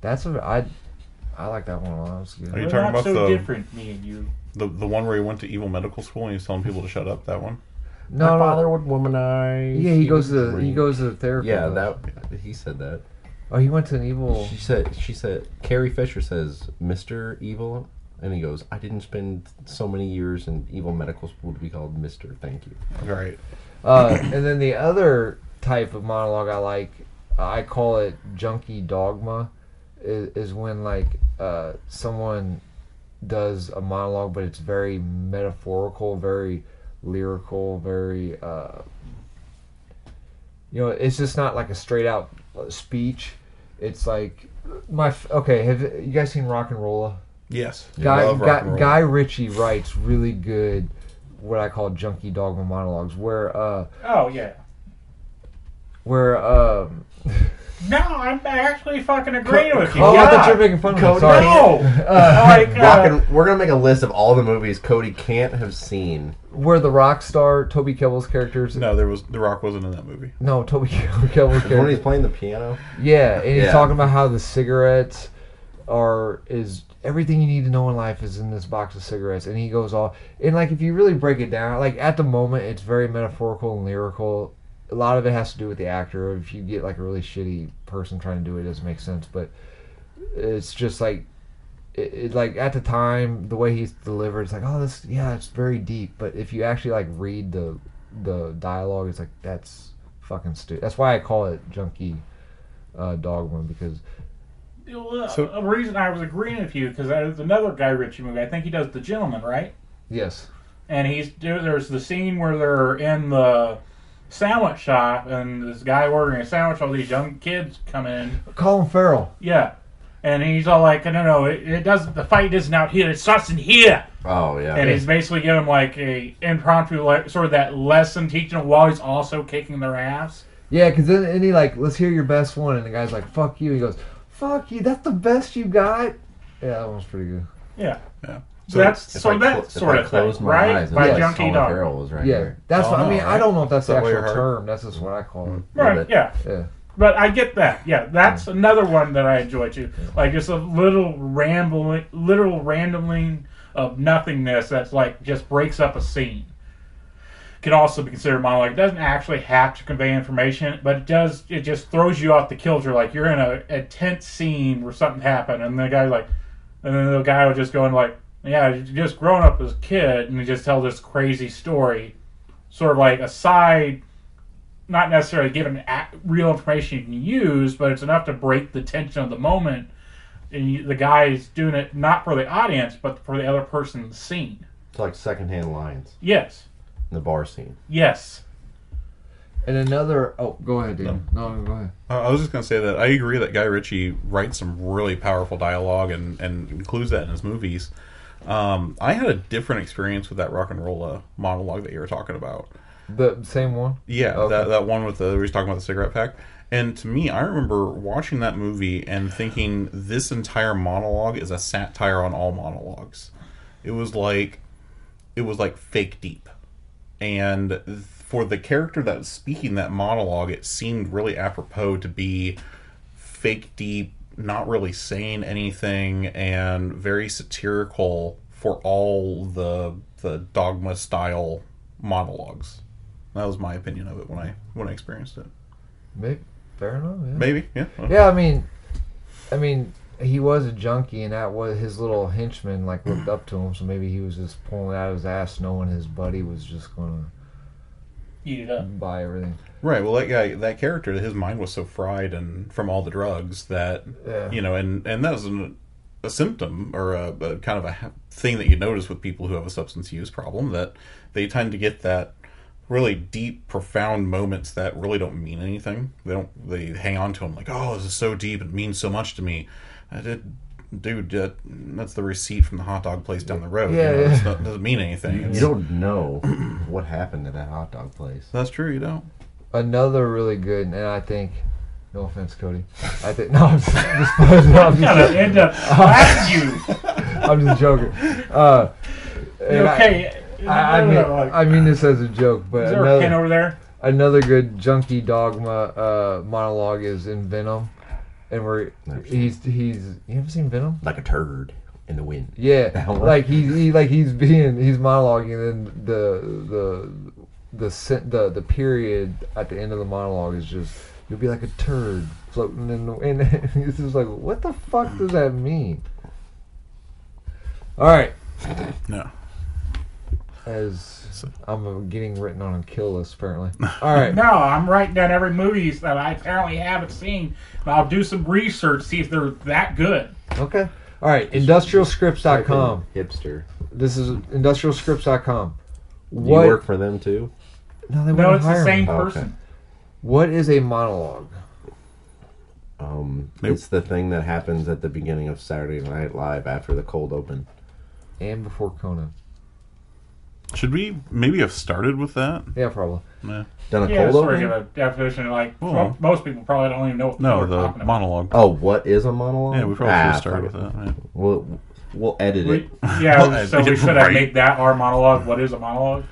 Speaker 4: That's a I, I like that one a lot. It's
Speaker 1: Are you
Speaker 4: good.
Speaker 3: we're
Speaker 1: talking
Speaker 3: not
Speaker 1: about
Speaker 3: so
Speaker 1: the-
Speaker 3: different, me and you.
Speaker 1: The the one where he went to evil medical school and he was telling people to shut up. That one.
Speaker 4: No,
Speaker 2: My father
Speaker 4: no.
Speaker 2: would womanize.
Speaker 4: Yeah, he goes
Speaker 2: would
Speaker 4: to he
Speaker 2: drink.
Speaker 4: goes to the therapy.
Speaker 2: Yeah,
Speaker 4: place.
Speaker 2: that he said that.
Speaker 4: Oh, he went to an evil.
Speaker 2: She said. She said. Carrie Fisher says, "Mr. Evil," and he goes, "I didn't spend so many years in evil medical school to be called Mr. Thank you."
Speaker 1: All right.
Speaker 4: Uh, and then the other type of monologue I like, I call it junkie dogma, is, is when like uh, someone does a monologue, but it's very metaphorical, very lyrical, very uh, you know, it's just not like a straight out uh, speech. It's like my f- okay. Have you guys seen Rock and Rolla?
Speaker 1: Yes.
Speaker 4: Guy,
Speaker 1: Love rock and
Speaker 4: Guy,
Speaker 1: roll.
Speaker 4: Guy Ritchie writes really good, what I call junkie dogma monologues, where uh,
Speaker 3: Oh yeah.
Speaker 4: where um
Speaker 3: No, I'm actually fucking agreeing with you.
Speaker 4: oh I
Speaker 3: yeah.
Speaker 4: thought you were making fun of me.
Speaker 2: Cody.
Speaker 4: Sorry.
Speaker 3: no, like
Speaker 2: Rock
Speaker 3: uh,
Speaker 2: and, we're gonna make a list of all the movies Cody can't have seen.
Speaker 4: Where the rock star Toby Kebbell's characters?
Speaker 1: No, there was the Rock wasn't in that movie.
Speaker 4: no Toby Kebbell's
Speaker 2: When he's
Speaker 4: characters.
Speaker 2: playing the piano,
Speaker 4: Yeah, and he's
Speaker 2: Yeah.
Speaker 4: talking about how the cigarettes are is everything you need to know in life is in this box of cigarettes, and he goes all and like if you really break it down, like at the moment it's very metaphorical and lyrical, a lot of it has to do with the actor. If you get like a really shitty person trying to do it, it doesn't make sense. But it's just like, it, it, like at the time, the way he's delivered, it's like, oh, this, yeah, it's very deep. But if you actually like read the the dialogue, it's like that's fucking stupid. That's why I call it junkie uh, dogma because
Speaker 3: Well, uh,
Speaker 1: So-
Speaker 3: a reason I was agreeing with you because there's another Guy Ritchie movie. I think he does The Gentleman, right?
Speaker 4: yes,
Speaker 3: and he's do- there's the scene where they're in the sandwich shop and this guy ordering a sandwich all these young kids come in
Speaker 4: Colin Farrell.
Speaker 3: yeah and he's all like no no it, it doesn't the fight isn't out here it starts in here
Speaker 2: Oh yeah.
Speaker 3: and he's basically giving them like a impromptu like sort of that lesson teaching them while he's also kicking their ass
Speaker 4: Yeah, because then and he like, let's hear your best one, and the guy's like, fuck you. He goes, fuck you. That's the best you got. Yeah, that one's pretty good.
Speaker 3: yeah
Speaker 1: Yeah.
Speaker 3: so that's
Speaker 2: If
Speaker 3: so
Speaker 2: I
Speaker 3: that
Speaker 2: clo-
Speaker 3: sort
Speaker 2: if I
Speaker 3: of thing,
Speaker 2: closed my
Speaker 3: right
Speaker 2: eyes,
Speaker 3: by
Speaker 2: yes,
Speaker 3: junkie
Speaker 2: Colin
Speaker 3: dog
Speaker 2: Farrell was right
Speaker 4: yeah,
Speaker 2: there.
Speaker 4: that's
Speaker 1: Oh,
Speaker 4: what I
Speaker 1: no,
Speaker 4: mean. I
Speaker 1: right?
Speaker 4: don't know if that's the
Speaker 1: Is that what
Speaker 4: actual
Speaker 1: you heard?
Speaker 4: term. That's just what I call
Speaker 1: Mm-hmm.
Speaker 4: it.
Speaker 2: little
Speaker 3: right
Speaker 2: bit.
Speaker 3: yeah
Speaker 4: Yeah.
Speaker 3: But I get that. Yeah, that's another one that I enjoy too. Like just a little rambling, literal rambling of nothingness that's like just breaks up a scene. Can also be considered monologue. It doesn't actually have to convey information, but it does. It just throws you off the kilter. Like you're in a, a tense scene where something happened, and the guy like, and then the guy will just go and like, yeah, you just growing up as a kid, and he just tells this crazy story, sort of like a side not necessarily given ac real information you can use, but it's enough to break the tension of the moment. And you, the guy is doing it not for the audience, but for the other person in the scene.
Speaker 2: It's like secondhand lines
Speaker 3: Yes,
Speaker 2: in the bar scene.
Speaker 3: yes.
Speaker 4: And another. Oh, go ahead, Dan. No, go ahead.
Speaker 1: Uh, I was just going to say that I agree that Guy Ritchie writes some really powerful dialogue and, and includes that in his movies. Um, I had a different experience with that rock and roll uh, monologue that you were talking about.
Speaker 4: The same one.
Speaker 1: Yeah,
Speaker 4: Okay.
Speaker 1: that, that one with the where he's talking about the cigarette pack. And to me, I remember watching that movie and thinking this entire monologue is a satire on all monologues. It was like it was like fake deep. And th- for the character that was speaking that monologue, it seemed really apropos to be fake deep, not really saying anything, and very satirical for all the the dogma style monologues. That was my opinion of it when I when I experienced it.
Speaker 4: Maybe. Fair enough. Yeah.
Speaker 1: Maybe, yeah.
Speaker 4: Mm-hmm. Yeah, I mean, I mean, he was a junkie, and that was his little henchman like looked up to him. So maybe he was just pulling it out of his ass, knowing his buddy was just gonna
Speaker 3: Eat it up.
Speaker 4: buy everything.
Speaker 1: Right. Well, that guy, that character, his mind was so fried and from all the drugs that
Speaker 4: Yeah.
Speaker 1: you know, and and that was an, a symptom or a, a kind of a ha- thing that you notice with people who have a substance use problem that they tend to get that really deep, profound moments that really don't mean anything. They don't. They hang on to them like, oh, this is so deep. It means so much to me. I did. Dude, uh, that's the receipt from the hot dog place down the road.
Speaker 4: Yeah,
Speaker 1: you know,
Speaker 4: yeah.
Speaker 1: it's not- doesn't mean anything.
Speaker 2: You
Speaker 1: It's-
Speaker 2: don't know what happened to that hot dog place.
Speaker 1: that's true. You don't.
Speaker 4: Another really good, and I think, no offense, Cody. I think no, I'm just, just buzzing. I'm just,
Speaker 3: Gotta end up slapping you.
Speaker 4: I'm just joking. Uh, and
Speaker 3: You're
Speaker 4: I-
Speaker 3: okay.
Speaker 4: I, I
Speaker 3: No,
Speaker 4: mean,
Speaker 3: no, no, like,
Speaker 4: I mean this as a joke, but
Speaker 3: is there a
Speaker 4: another-
Speaker 3: pin over there?
Speaker 4: another good junkie dogma uh, monologue is in Venom, and we're
Speaker 2: Never seen
Speaker 4: he's he's you haven't seen Venom?
Speaker 2: Like a turd in the wind.
Speaker 4: Yeah,
Speaker 2: That one?
Speaker 4: like he's he, like he's being he's monologuing, and then the the the sen- the the period at the end of the monologue is just you'll be like a turd floating in the wind. it's just like what the fuck does that mean? All right,
Speaker 1: No.
Speaker 4: as I'm getting written on a kill list apparently. All right.
Speaker 3: No, I'm writing down every movie that I apparently haven't seen. And I'll do some research, see if they're that good.
Speaker 4: Okay. All right. Industrialscripts.com.
Speaker 2: Hipster.
Speaker 4: This is industrialscripts.com.
Speaker 2: Do you
Speaker 4: What?
Speaker 2: work for them too?
Speaker 4: no, they
Speaker 3: No,
Speaker 4: wouldn't
Speaker 3: it's the
Speaker 4: hire me.
Speaker 3: same
Speaker 2: Oh, okay.
Speaker 3: person.
Speaker 4: What is a monologue?
Speaker 2: Um,
Speaker 1: Maybe-
Speaker 2: it's the thing that happens at the beginning of Saturday Night Live after the cold open.
Speaker 4: And before Conan.
Speaker 1: Should we maybe have started with that?
Speaker 4: Yeah, probably.
Speaker 1: Nah.
Speaker 2: Done a
Speaker 3: Yeah,
Speaker 2: cold
Speaker 3: sort
Speaker 2: open.
Speaker 3: of give a definition. Like
Speaker 1: Well-
Speaker 3: mo- most people probably don't even know what
Speaker 1: Hmm. No,
Speaker 3: we're
Speaker 1: the
Speaker 3: talking about.
Speaker 1: monologue.
Speaker 2: Oh, what is a monologue?
Speaker 1: Yeah, we probably
Speaker 2: Ah,
Speaker 1: should have started
Speaker 2: fuck
Speaker 1: with
Speaker 2: it.
Speaker 1: that. Right?
Speaker 2: We'll we'll edit
Speaker 3: We,
Speaker 2: it.
Speaker 3: yeah, so we
Speaker 1: Right.
Speaker 3: should have made that our monologue. What is a monologue?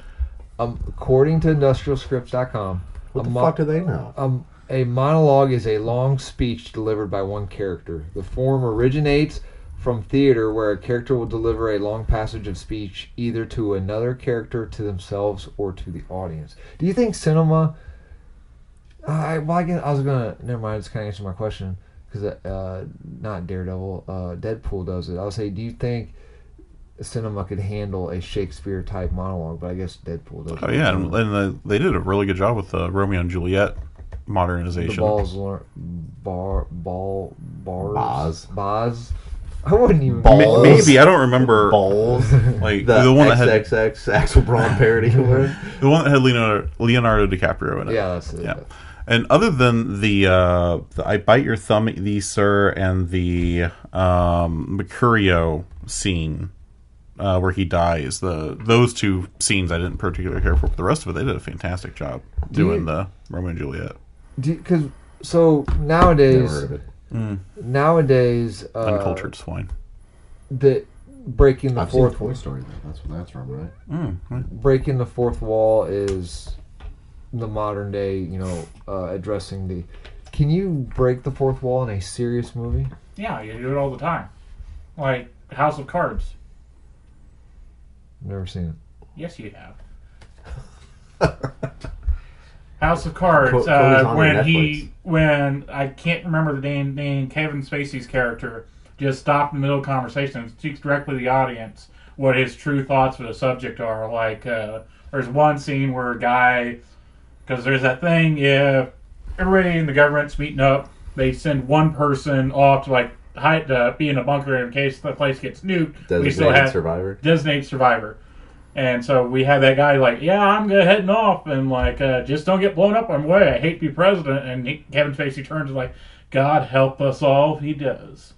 Speaker 4: Um, according to industrialscripts.com,
Speaker 2: What
Speaker 4: a
Speaker 2: the
Speaker 4: mo-
Speaker 2: fuck do they know?
Speaker 4: Um, a monologue is a long speech delivered by one character. The form originates from theater, where a character will deliver a long passage of speech either to another character, to themselves, or to the audience. Do you think cinema I, well, I, guess I was gonna. Never mind. I just kind of answer my question because uh, not Daredevil, uh, Deadpool does it. I will say, do you think cinema could handle a Shakespeare type monologue? But I guess Deadpool does.
Speaker 1: Oh
Speaker 4: it.
Speaker 1: yeah, and, and the, they did a really good job with the Romeo and Juliet
Speaker 4: the
Speaker 1: modernization.
Speaker 4: balls, lear- bar, ball, bars,
Speaker 2: Boz.
Speaker 4: Boz. I wouldn't even.
Speaker 1: Ma-
Speaker 2: Balls.
Speaker 1: Maybe I don't remember
Speaker 2: Balls.
Speaker 1: like the,
Speaker 2: The,
Speaker 1: one that had
Speaker 2: XXX Axel Braun parody.
Speaker 1: the one that had Leonardo, Leonardo DiCaprio in it.
Speaker 4: Yeah, that's it.
Speaker 1: Yeah. And other than the, uh, the I bite your thumb at thee, sir, and the um, Mercurio scene uh, where he dies, the those two scenes I didn't particularly care for, but the rest of it they did a fantastic job doing
Speaker 4: you-
Speaker 1: the Romeo and Juliet.
Speaker 4: Because so
Speaker 2: Never
Speaker 4: nowadays,
Speaker 2: heard of it.
Speaker 4: nowadays, uh,
Speaker 1: Uncultured swine.
Speaker 4: the breaking the
Speaker 5: I've seen
Speaker 4: fourth
Speaker 5: Toy Story. Though. That's what that's from, right?
Speaker 1: Mm, right.
Speaker 4: breaking the fourth wall is the modern day, you know, uh, addressing the. Can you break the fourth wall in a serious movie?
Speaker 3: Yeah, you do it all the time. Like House of Cards.
Speaker 4: Never seen it.
Speaker 3: Yes, you have. House of Cards.
Speaker 2: Cody's
Speaker 3: uh,
Speaker 2: on
Speaker 3: when
Speaker 2: Netflix.
Speaker 3: he, when I can't remember the name, name Kevin Spacey's character just stopped in the middle of conversation and speaks directly to the audience what his true thoughts for the subject are. Like, uh, there's one scene where a guy, because there's that thing if everybody in the government's meeting up, they send one person off to like hide to be in a bunker in case the place gets nuked. we still
Speaker 2: Designated
Speaker 3: have
Speaker 2: survivor.
Speaker 3: designated survivor. And so we had that guy like, yeah, I'm gonna heading off, and like, uh, just don't get blown up on the way. I hate to be president. And he, Kevin Spacey turns and like, God help us all if he does,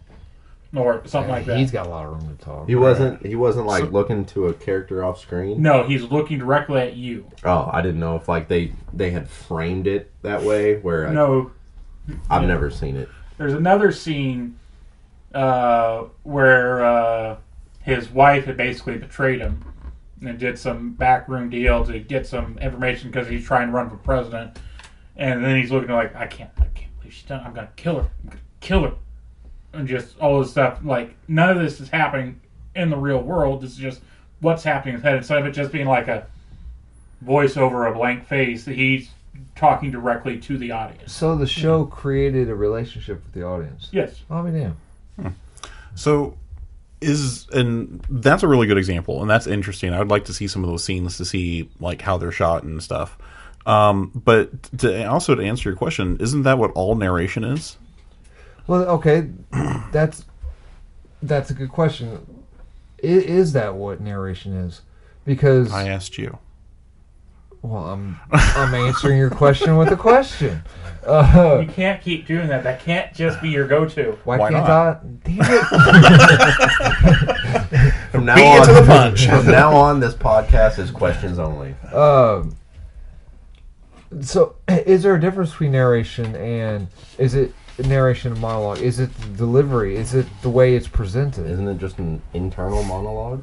Speaker 3: or something like that.
Speaker 4: He's got a lot of room to talk.
Speaker 2: He wasn't. He wasn't like looking to a character off screen.
Speaker 3: no, he's looking directly at you.
Speaker 2: Oh, I didn't know if like they they had framed it that way. Where like,
Speaker 3: No,
Speaker 2: I've never seen it.
Speaker 3: there's another scene uh, where uh, his wife had basically betrayed him and did some backroom deal to get some information because he's trying to run for president. And then he's looking like, I can't, I can't believe she's done. I'm gonna kill her. I'm gonna kill her. And just all this stuff. Like none of this is happening in the real world. This is just what's happening in his head. Instead of it just being like a voice over a blank face, he's talking directly to the audience.
Speaker 4: So the show created a relationship with the audience.
Speaker 3: Yes.
Speaker 4: I mean, damn.
Speaker 1: So is and that's a really good example and that's interesting. I would like to see some of those scenes to see like how they're shot and stuff. Um, but to also to answer your question, isn't that what all narration is?
Speaker 4: Well, okay, that's that's a good question. I- Is that what narration is? Because
Speaker 1: I asked you.
Speaker 4: well, I'm I'm answering your question with a question. Uh,
Speaker 3: You can't keep doing that. That can't just be your go-to.
Speaker 4: why,
Speaker 1: Why
Speaker 4: can't
Speaker 1: not?
Speaker 4: I? Damn it!
Speaker 2: From now
Speaker 1: Beat it
Speaker 2: on,
Speaker 1: to the punch.
Speaker 2: from now on, this podcast is questions only.
Speaker 4: Um, so, is there a difference between narration and is it narration and monologue? Is it the delivery? Is it the way it's presented?
Speaker 2: Isn't it just an internal monologue?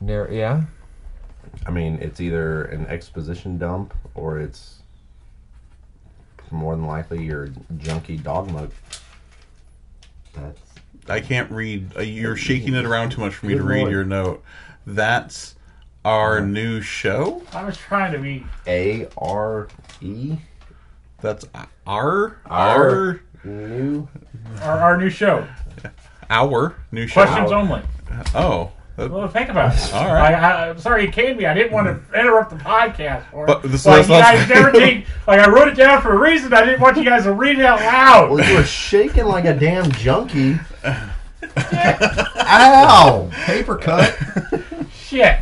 Speaker 4: Narr- yeah.
Speaker 2: I mean, it's either an exposition dump or it's more than likely your junky dogma. That's
Speaker 1: I can't read. Uh, You're shaking it around too much for me to
Speaker 2: Good
Speaker 1: read
Speaker 2: lord.
Speaker 1: your note. That's our new show.
Speaker 3: I was trying to be.
Speaker 2: A R E
Speaker 1: That's our our
Speaker 2: Our. new.
Speaker 3: Our, our new show.
Speaker 1: our new show.
Speaker 3: Questions only.
Speaker 1: Oh, that-
Speaker 3: Well, think about it.
Speaker 1: All right.
Speaker 3: I, I, I'm sorry you came me. I didn't want to interrupt the podcast. Or,
Speaker 1: But this-
Speaker 3: like,
Speaker 1: that's-
Speaker 3: you guys
Speaker 1: that's-
Speaker 3: never take, like, I wrote it down for a reason. I didn't want you guys to read it out loud.
Speaker 2: Well, you were shaking like a damn junkie. Ow! Paper cut.
Speaker 3: Shit.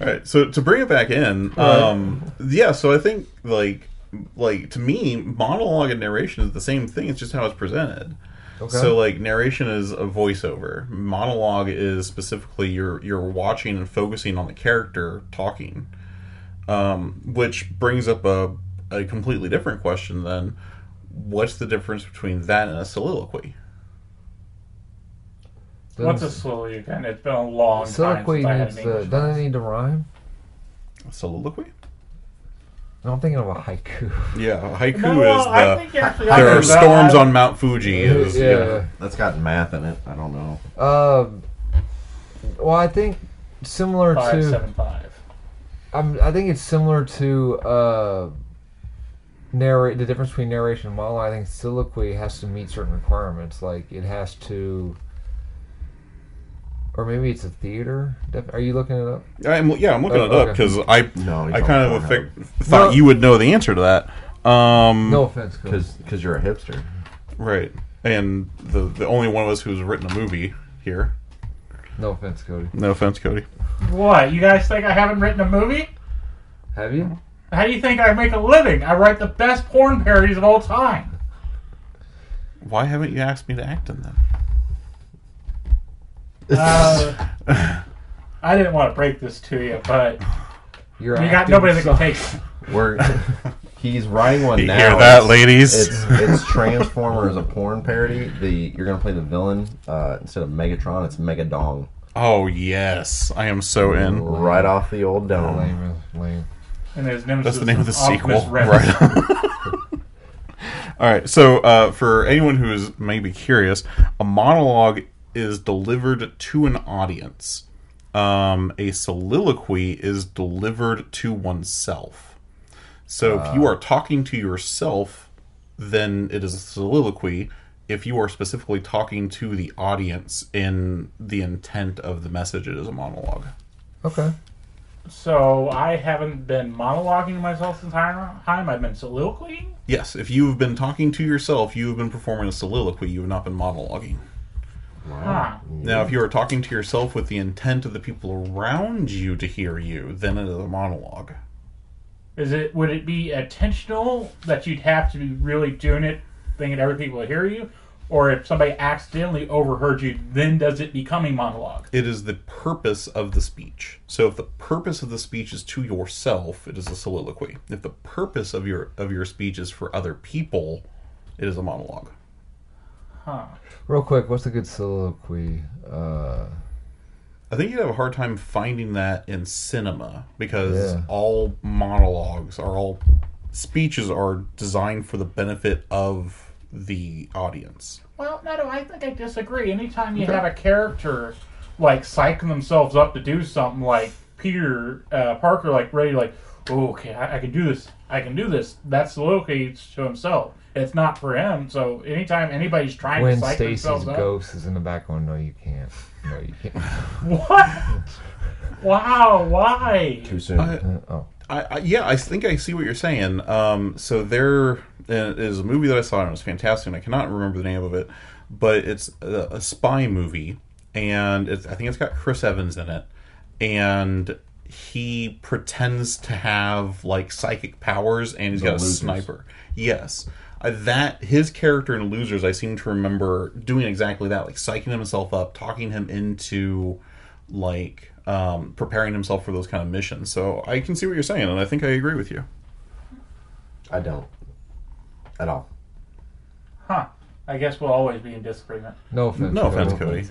Speaker 1: All right, so to bring it back in, um, yeah. So I think like like to me, monologue and narration is the same thing. It's just how it's presented.
Speaker 4: Okay.
Speaker 1: So like narration is a voiceover. Monologue is specifically you're you're watching and focusing on the character talking, um, which brings up a a completely different question. Then, what's the difference between that and a soliloquy?
Speaker 3: What's a soliloquy? And it's been a long
Speaker 4: soliloquy
Speaker 3: time
Speaker 4: needs
Speaker 3: since I had
Speaker 4: the,
Speaker 3: an
Speaker 4: doesn't it need to rhyme?
Speaker 1: A soliloquy?
Speaker 4: No, I'm thinking of a haiku.
Speaker 1: Yeah, haiku
Speaker 3: No,
Speaker 1: is
Speaker 3: I
Speaker 1: the
Speaker 3: think actually
Speaker 1: there
Speaker 3: I
Speaker 1: are
Speaker 3: heard that.
Speaker 1: storms on Mount Fuji. Is,
Speaker 4: yeah.
Speaker 2: That's got math in it. I don't know.
Speaker 4: Um. Well, I think similar
Speaker 3: Five,
Speaker 4: to
Speaker 3: seven, five.
Speaker 4: I'm, I think it's similar to uh, narrate the difference between narration and monologue. I think soliloquy has to meet certain requirements. Like it has to, or maybe it's a theater. def- Are you looking it up?
Speaker 1: I'm, yeah, I'm looking
Speaker 4: Oh,
Speaker 1: it up
Speaker 4: okay.
Speaker 1: because I
Speaker 2: No, he's
Speaker 1: I
Speaker 2: on
Speaker 1: kind of
Speaker 2: Pornhub.
Speaker 1: affect, thought
Speaker 4: No.
Speaker 1: you would know the answer to that. Um,
Speaker 4: No offense, because
Speaker 2: because you're a hipster.
Speaker 1: Right. And the the only one of us who's written a movie here.
Speaker 4: no offense, Cody.
Speaker 1: No offense, Cody.
Speaker 3: What? You guys think I haven't written a movie?
Speaker 4: Have you?
Speaker 3: How do you think I make a living? I write the best porn parodies of all time.
Speaker 1: Why haven't you asked me to act in them?
Speaker 3: Uh, I didn't want to break this to you, but
Speaker 4: You're
Speaker 3: you got
Speaker 4: acting
Speaker 3: nobody that
Speaker 4: so-
Speaker 3: can take it.
Speaker 2: We're he's writing one
Speaker 1: You
Speaker 2: now.
Speaker 1: hear that,
Speaker 2: It's-
Speaker 1: ladies?
Speaker 2: It's it's Transformer as a porn parody. The you're gonna play the villain uh, instead of Megatron. It's Megadong.
Speaker 1: oh yes, I am so in.
Speaker 2: Right off the old dome.
Speaker 4: Lame, is- lame.
Speaker 3: And his nemesis
Speaker 1: That's the name of the
Speaker 3: is Optimus
Speaker 1: sequel,
Speaker 3: Rex.
Speaker 1: right? All right. So, uh, for anyone who is maybe curious, a monologue is delivered to an audience. Um, a soliloquy is delivered to oneself. So, if you are talking to yourself, then it is a soliloquy. If you are specifically talking to the audience in the intent of the message, it is a monologue.
Speaker 4: Okay.
Speaker 3: So I haven't been monologuing to myself since time. I've been soliloquying.
Speaker 1: Yes, if you have been talking to yourself, you have been performing a soliloquy. You have not been monologuing.
Speaker 3: Huh.
Speaker 1: Now, if you are talking to yourself with the intent of the people around you to hear you, then it is a monologue.
Speaker 3: Is it? Would it be intentional that you'd have to be really doing it, thinking other people would hear you, or if somebody accidentally overheard you, then does it become a monologue?
Speaker 1: It is the purpose of the speech. So, if the purpose of the speech is to yourself, it is a soliloquy. If the purpose of your of your speech is for other people, it is a monologue.
Speaker 3: Huh.
Speaker 4: Real quick, what's a good soliloquy? Uh,
Speaker 1: I think you'd have a hard time finding that in cinema because
Speaker 4: Yeah.
Speaker 1: all monologues are all speeches are designed for the benefit of the audience.
Speaker 3: Well, no, no, I think I disagree. Anytime you have a character like psyching themselves up to do something, like Peter uh, Parker, like ready, like, oh, okay, I, I can do this, I can do this. That's locates to himself. It's not for him. So anytime anybody's trying
Speaker 4: when
Speaker 3: to psych
Speaker 4: Stacy's
Speaker 3: themselves up,
Speaker 4: ghost is in the back going, no, you can't. No, you can't.
Speaker 3: what? wow, why?
Speaker 2: Too soon.
Speaker 1: I-
Speaker 4: oh,
Speaker 1: I, I yeah, I think I see what you're saying. Um, so there uh, is a movie that I saw and it was fantastic. And I cannot remember the name of it, but it's a, a spy movie, and it's, I think it's got Chris Evans in it, and he pretends to have like psychic powers, and he's got a
Speaker 2: Losers.
Speaker 1: sniper. Yes. Uh, that his character in Losers, I seem to remember doing exactly that, like psyching himself up, talking him into like um, preparing himself for those kind of missions. So I can see what you're saying, and I think I agree with you.
Speaker 2: I don't. At all.
Speaker 3: Huh? I guess we'll always be in disagreement.
Speaker 4: no offense.
Speaker 1: No offense,
Speaker 4: Cody.
Speaker 1: Cody.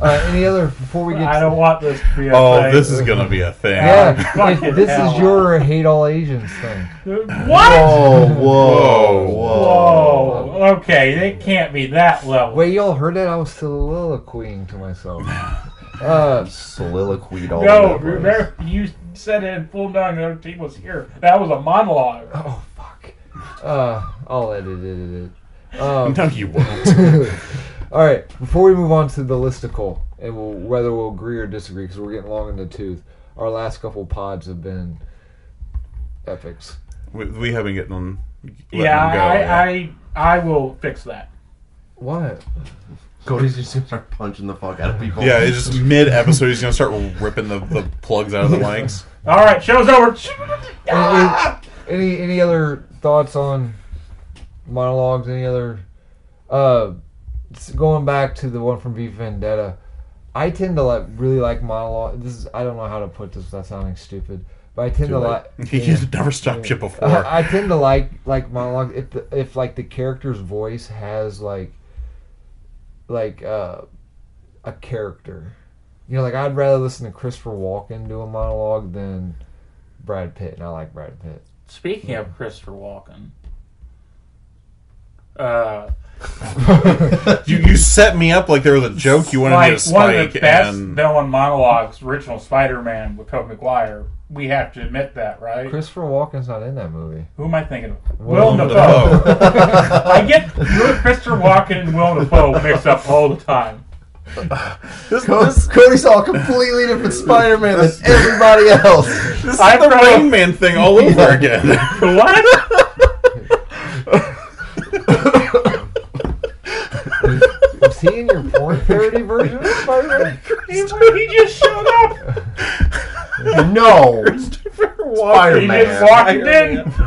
Speaker 4: Uh, any other before we get?
Speaker 3: I don't want this to be a
Speaker 1: Oh,
Speaker 3: thing.
Speaker 1: this is gonna be a thing.
Speaker 4: Yeah,
Speaker 3: Fucking
Speaker 4: it- this
Speaker 3: hell.
Speaker 4: is your hate all Asians thing.
Speaker 3: what?
Speaker 1: Whoa,
Speaker 3: Whoa. Okay, it can't be that level.
Speaker 4: Wait, y'all heard it? I was soliloquying to myself. Uh,
Speaker 2: Soliloquied all
Speaker 3: No,
Speaker 2: over the place.
Speaker 3: remember you said it in full knowing the other team was here. That was a monologue.
Speaker 4: oh fuck. Uh, I'll edit it. it. Um,
Speaker 1: No, you won't.
Speaker 4: all right, before we move on to the listicle, and we'll, whether we'll agree or disagree, because we're getting long in the tooth. Our last couple pods have been epics.
Speaker 1: we, we haven't gotten them. let
Speaker 3: yeah,
Speaker 1: them go yet.
Speaker 3: I, I I will fix that.
Speaker 4: What?
Speaker 2: Cody's just gonna start punching the fuck out of people.
Speaker 1: yeah, it's just mid episode. He's gonna start ripping the, the plugs out of the mics.
Speaker 3: All right, show's over.
Speaker 4: Any, any any other thoughts on monologues? Any other? Uh, s- going back to the one from V Vendetta, I tend to like really like monologue. This is I don't know how to put this without sounding stupid, but I tend to
Speaker 2: late.
Speaker 4: like.
Speaker 1: He's never stopped you before.
Speaker 4: I, I tend to like like monologue if the, if like the character's voice has like like uh, a character. You know, like I'd rather listen to Christopher Walken do a monologue than Brad Pitt, and I like Brad Pitt.
Speaker 3: Speaking of Christopher Walken, uh,
Speaker 1: You you set me up like there was a joke you wanted me to
Speaker 3: like one
Speaker 1: spike
Speaker 3: of the best
Speaker 1: and
Speaker 3: villain monologues, original Spider-Man with Tobey Maguire. We have to admit that, right?
Speaker 4: Christopher Walken's not in that movie.
Speaker 3: Who am I thinking of?
Speaker 4: Willem
Speaker 3: Will Dafoe. I get Christopher Walken and Will Dafoe mixed up all the time.
Speaker 1: this,
Speaker 2: Co-
Speaker 1: this,
Speaker 2: Cody saw a completely different Spider-Man than everybody else.
Speaker 1: this is
Speaker 3: I
Speaker 1: the
Speaker 3: probably-
Speaker 1: Rain Man thing all over again.
Speaker 3: What?
Speaker 4: Was he in your porn parody version of Spider-Man?
Speaker 3: he he just showed up.
Speaker 2: no,
Speaker 1: Christopher Walken.
Speaker 3: He just
Speaker 2: Spider-Man.
Speaker 3: walked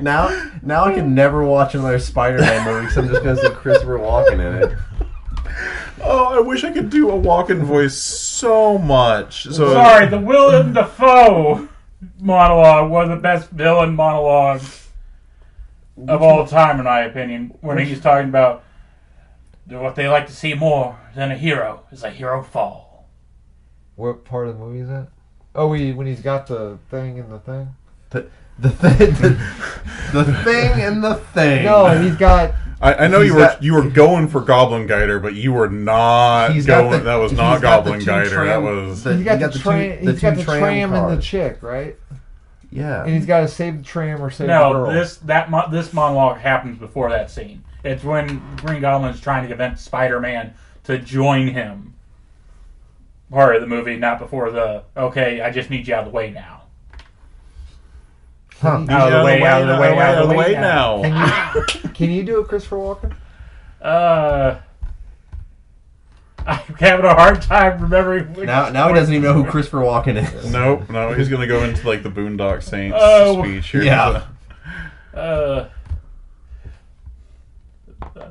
Speaker 3: in.
Speaker 2: Now, now I can never watch another Spider-Man movie because I'm just gonna see Christopher Walken in it.
Speaker 1: Oh, I wish I could do a walking voice so much. So
Speaker 3: Sorry, the Willem Dafoe monologue was the best villain monologue of all time, in my opinion. When he's talking about what they like to see more than a hero is a hero fall.
Speaker 4: What part of the movie is that? Oh, we, when he's got the thing in the thing.
Speaker 2: The thing, the, the thing, and the thing.
Speaker 4: No, he's got.
Speaker 1: I, I know
Speaker 2: He's
Speaker 1: you were
Speaker 2: got-
Speaker 1: you were going for Goblin Guider, but you were not
Speaker 2: He's got
Speaker 1: going.
Speaker 2: the-
Speaker 1: that was
Speaker 2: he's
Speaker 1: not
Speaker 2: got the
Speaker 1: Goblin
Speaker 2: two
Speaker 1: Guider. that
Speaker 2: tram-
Speaker 1: was
Speaker 2: the-
Speaker 4: He's got
Speaker 2: he
Speaker 4: the,
Speaker 2: got the two-
Speaker 4: tram.
Speaker 2: the
Speaker 4: he's got
Speaker 2: two
Speaker 4: the
Speaker 2: tram
Speaker 4: tram, and the
Speaker 2: cars.
Speaker 4: chick, right?
Speaker 2: yeah.
Speaker 4: And he's got to save the tram or save the
Speaker 3: No,
Speaker 4: girl.
Speaker 3: this that mo- this monologue happens before that scene. It's when Green Goblin's trying to convince Spider-Man to join him. Part of the movie, not before the okay. I just need you out of the way now.
Speaker 4: Can
Speaker 3: Out of the way, out of the way, out of the way
Speaker 1: now.
Speaker 4: you, can you do a Christopher Walken?
Speaker 3: Uh, I'm having a hard time remembering. Which
Speaker 2: Now, now he doesn't even know who Christopher Walken is.
Speaker 1: Nope, no, he's gonna go into like the Boondock Saints
Speaker 3: Oh,
Speaker 1: speech here.
Speaker 2: yeah.
Speaker 3: Uh,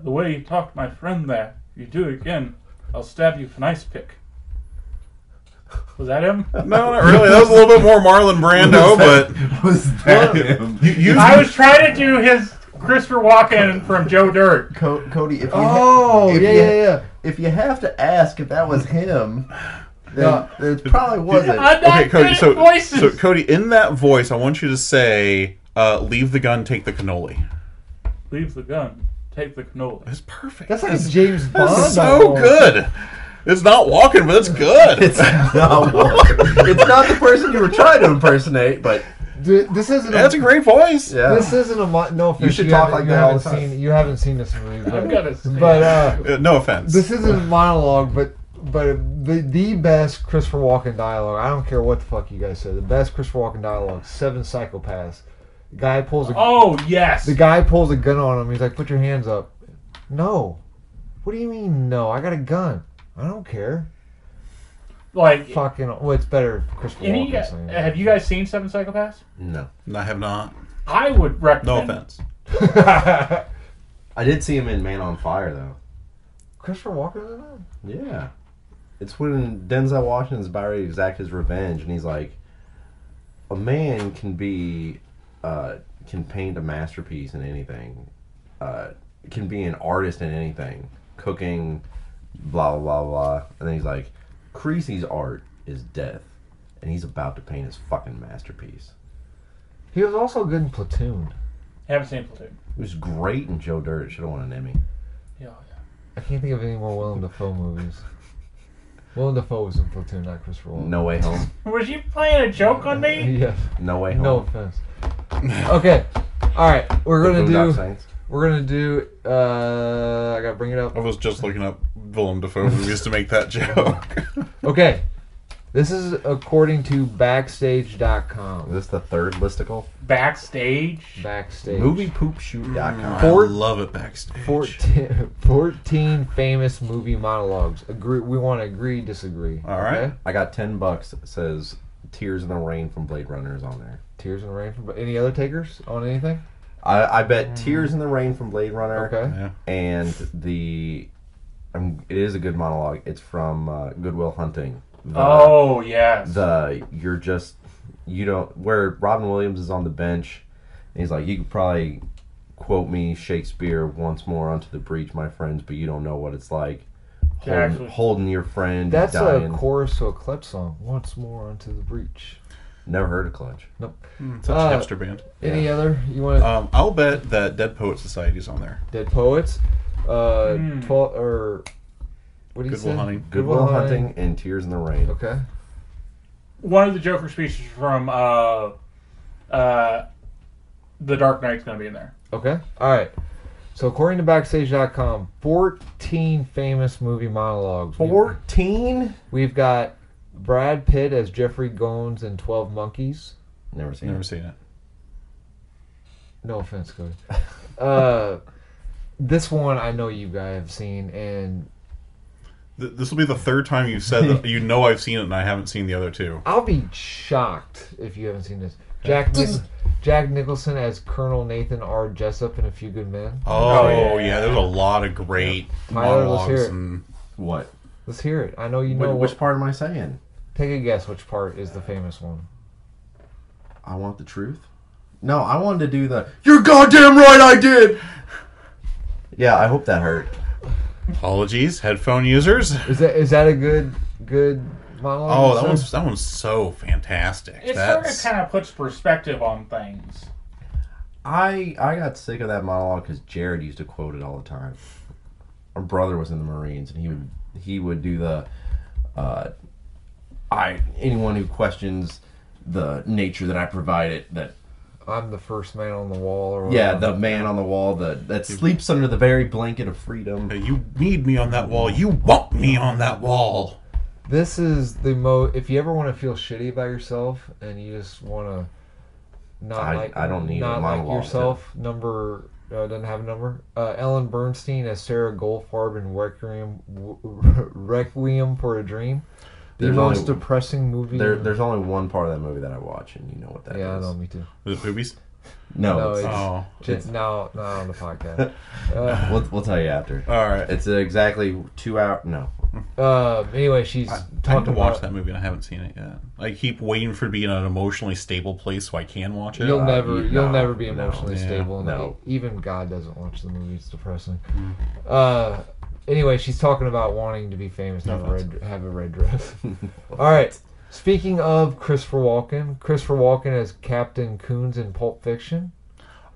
Speaker 3: the way you talked to my friend there, you do it again, I'll stab you with an ice pick. Was that him?
Speaker 1: No, not really. That was a little bit more Marlon Brando, but
Speaker 2: was that him?
Speaker 1: you, you
Speaker 3: I was trying to do his Christopher Walken from Joe Dirt.
Speaker 2: Co- Cody, if you
Speaker 4: Oh,
Speaker 2: if
Speaker 4: yeah,
Speaker 2: you-
Speaker 4: yeah, yeah.
Speaker 2: if you have to ask if that was him, then
Speaker 4: No.
Speaker 2: there probably wasn't.
Speaker 3: I'm not
Speaker 1: okay, Cody.
Speaker 3: good
Speaker 1: So,
Speaker 3: at voices.
Speaker 1: so Cody, in that voice, I want you to say, uh, "Leave the gun, take the cannoli."
Speaker 3: Leave the gun, take the cannoli.
Speaker 1: It's perfect.
Speaker 4: That's like
Speaker 1: It's-
Speaker 4: a James Bond.
Speaker 1: it's so
Speaker 4: dialogue.
Speaker 1: good. It's not walking, but it's good.
Speaker 2: It's not Walken. it's not the person you were trying to impersonate, but
Speaker 4: Th- This isn't.
Speaker 1: That's a great voice.
Speaker 2: yeah.
Speaker 4: This isn't a mo- no. Offense,
Speaker 2: You should talk
Speaker 4: haven't-
Speaker 2: like
Speaker 4: you
Speaker 2: that all
Speaker 4: Haven't
Speaker 2: the time.
Speaker 4: seen, you haven't seen this movie,
Speaker 3: I'm
Speaker 4: but,
Speaker 3: gonna say
Speaker 4: but uh,
Speaker 1: Uh, no offense.
Speaker 4: this isn't a monologue, but but the the best Christopher Walken dialogue. I don't care what the fuck you guys say. The best Christopher Walken dialogue. Seven psychopaths. Guy pulls a
Speaker 3: Oh yes.
Speaker 4: the guy pulls a gun on him. He's like, "Put your hands up." No. What do you mean? No, I got a gun. I don't care.
Speaker 3: like,
Speaker 4: Fucking. Well, it's better Christopher
Speaker 3: any,
Speaker 4: Walken saying. that.
Speaker 3: have you guys seen Seven Psychopaths?
Speaker 2: No,
Speaker 1: I have not.
Speaker 3: I would
Speaker 1: No
Speaker 3: recommend.
Speaker 1: offense.
Speaker 2: I did see him in Man on Fire though.
Speaker 4: Christopher Walken's in that?
Speaker 2: Yeah, it's when Denzel Washington's about to exact his revenge, and he's like, "A man can be, uh, can paint a masterpiece in anything, uh, can be an artist in anything, cooking, blah blah blah blah." And then he's like, "Creasy's art is death." And he's about to paint his fucking masterpiece.
Speaker 4: He was also good in Platoon.
Speaker 3: Haven't seen Platoon.
Speaker 2: It was great in Joe Dirt. Should have won an Emmy.
Speaker 3: Yeah, oh, yeah.
Speaker 4: I can't think of any more Willem Dafoe movies. Willem Dafoe was in Platoon, not Christopher Walken.
Speaker 2: No way home.
Speaker 3: Was you playing a joke on me?
Speaker 4: Yes.
Speaker 2: No way home.
Speaker 4: No offense. Okay. All right. We're
Speaker 2: The
Speaker 4: gonna
Speaker 2: Boondock
Speaker 4: do.
Speaker 2: Saints.
Speaker 4: We're gonna do. Uh, I gotta bring it up.
Speaker 1: I was just looking up Willem Dafoe movies to make that joke.
Speaker 4: Okay. This is according to
Speaker 2: Is
Speaker 4: Backstage.com.
Speaker 2: this the third listicle?
Speaker 3: Backstage.
Speaker 4: Backstage.
Speaker 2: Moviepoopshoot.com.
Speaker 1: I
Speaker 4: Four-
Speaker 1: love it backstage.
Speaker 4: 14, 14 famous movie monologues. Agree. We want to agree, disagree.
Speaker 1: All right.
Speaker 2: I got ten bucks. It says "Tears in the Rain" from Blade Runner is on there.
Speaker 4: Tears in the rain. From, any other takers on anything?
Speaker 2: I, I bet "Tears in the Rain" from Blade Runner.
Speaker 4: Okay.
Speaker 1: Yeah.
Speaker 2: And the, um, it is a good monologue. It's from uh, Goodwill Hunting. The,
Speaker 3: Oh yes.
Speaker 2: The you're just you don't where Robin Williams is on the bench. And he's like, you could probably quote me Shakespeare once more onto the breach, my friends, but you don't know what it's like. Holding,
Speaker 3: actually-
Speaker 2: holding your friend.
Speaker 4: That's
Speaker 2: dying.
Speaker 4: a chorus to a clip song. Once more onto the breach.
Speaker 2: Never heard of Clutch.
Speaker 1: Such a
Speaker 4: Uh,
Speaker 1: hipster band.
Speaker 4: Any other you want? to
Speaker 1: Um, I'll bet that Dead Poet Society's on there.
Speaker 4: Dead Poets, uh,
Speaker 3: Hmm.
Speaker 4: twelve or what do you
Speaker 1: Good
Speaker 4: say?
Speaker 1: Will Hunting.
Speaker 2: Good Will Hunting and Tears in the Rain.
Speaker 4: Okay.
Speaker 3: One of the Joker speeches from uh, uh, The Dark Knight's going to be in there.
Speaker 4: Okay. All right. So according to Backstage.com, 14 famous movie monologues. We-
Speaker 2: 14?
Speaker 4: We've got Brad Pitt as Jeffrey Gomes in 12 Monkeys.
Speaker 2: Never seen
Speaker 1: Never
Speaker 2: it.
Speaker 1: seen it.
Speaker 4: No offense, Cody. uh, this one I know you guys have seen, and
Speaker 1: Th- this will be the third time you've said that you know I've seen it and I haven't seen the other two.
Speaker 4: I'll be shocked if you haven't seen this. Jack Nich- Jack Nicholson as Colonel Nathan R. Jessup in A Few Good Men.
Speaker 1: Oh,
Speaker 3: yeah.
Speaker 1: yeah. there's a lot of great
Speaker 4: Tyler, let's hear
Speaker 1: monologues.
Speaker 4: it.
Speaker 1: And
Speaker 2: What?
Speaker 4: Let's hear it. I know you
Speaker 2: Wh-
Speaker 4: know.
Speaker 2: which
Speaker 4: what-
Speaker 2: part am I saying?
Speaker 4: Take a guess which part is the famous one.
Speaker 2: I want the truth. No, I wanted to do the. You're goddamn right, I did. Yeah, I hope that hurt.
Speaker 1: apologies, headphone users.
Speaker 4: Is that is that a good good monologue?
Speaker 1: Oh, that
Speaker 4: sir?
Speaker 1: one's that one's so fantastic.
Speaker 3: It sort of
Speaker 1: That's
Speaker 3: kind of puts perspective on things.
Speaker 2: I I got sick of that monologue because Jared used to quote it all the time. Our brother was in the Marines, and he would he would do the. Uh, I anyone who questions the nature that I provided that
Speaker 4: I'm the first man on the wall, or
Speaker 2: yeah
Speaker 4: whatever.
Speaker 2: the man on the wall that that sleeps under the very blanket of freedom
Speaker 1: you need me on that wall. You want me on that wall.
Speaker 4: This is the mo. If you ever want to feel shitty about yourself and you just want to not
Speaker 2: I-
Speaker 4: like
Speaker 2: I don't need a
Speaker 4: not like
Speaker 2: monologue
Speaker 4: yourself. Number uh, doesn't have a number. Uh, Ellen Bernstein as Sarah Goldfarb in Requiem Requiem for a Dream. The
Speaker 2: There's
Speaker 4: most
Speaker 2: only-
Speaker 4: depressing movie.
Speaker 2: There,
Speaker 4: in-
Speaker 2: there's only one part of that movie that I watch, and you know what that is.
Speaker 4: yeah, I know, me too.
Speaker 1: The boobies.
Speaker 2: No,
Speaker 4: No,
Speaker 2: it's-
Speaker 4: it's-
Speaker 1: Oh,
Speaker 4: Just now, now on the podcast.
Speaker 2: we'll, we'll tell you after.
Speaker 1: all right.
Speaker 2: It's exactly two hour. No,
Speaker 4: Uh, anyway, she's
Speaker 1: I need
Speaker 4: talking
Speaker 1: to watch
Speaker 4: about.
Speaker 1: that movie and I haven't seen it yet. I keep waiting for it to be in an emotionally stable place so I can watch it.
Speaker 4: You'll
Speaker 2: Uh,
Speaker 4: never,
Speaker 2: you-
Speaker 4: you'll
Speaker 2: no,
Speaker 4: never be
Speaker 2: no,
Speaker 4: emotionally
Speaker 1: yeah,
Speaker 4: stable. and
Speaker 2: no.
Speaker 4: e- even God doesn't watch the movie. It's depressing.
Speaker 1: Mm-hmm.
Speaker 4: Uh, anyway, she's talking about wanting to be famous, and have a red, have a red dress. All right. Speaking of Christopher Walken, Christopher Walken as Captain Coons in Pulp Fiction.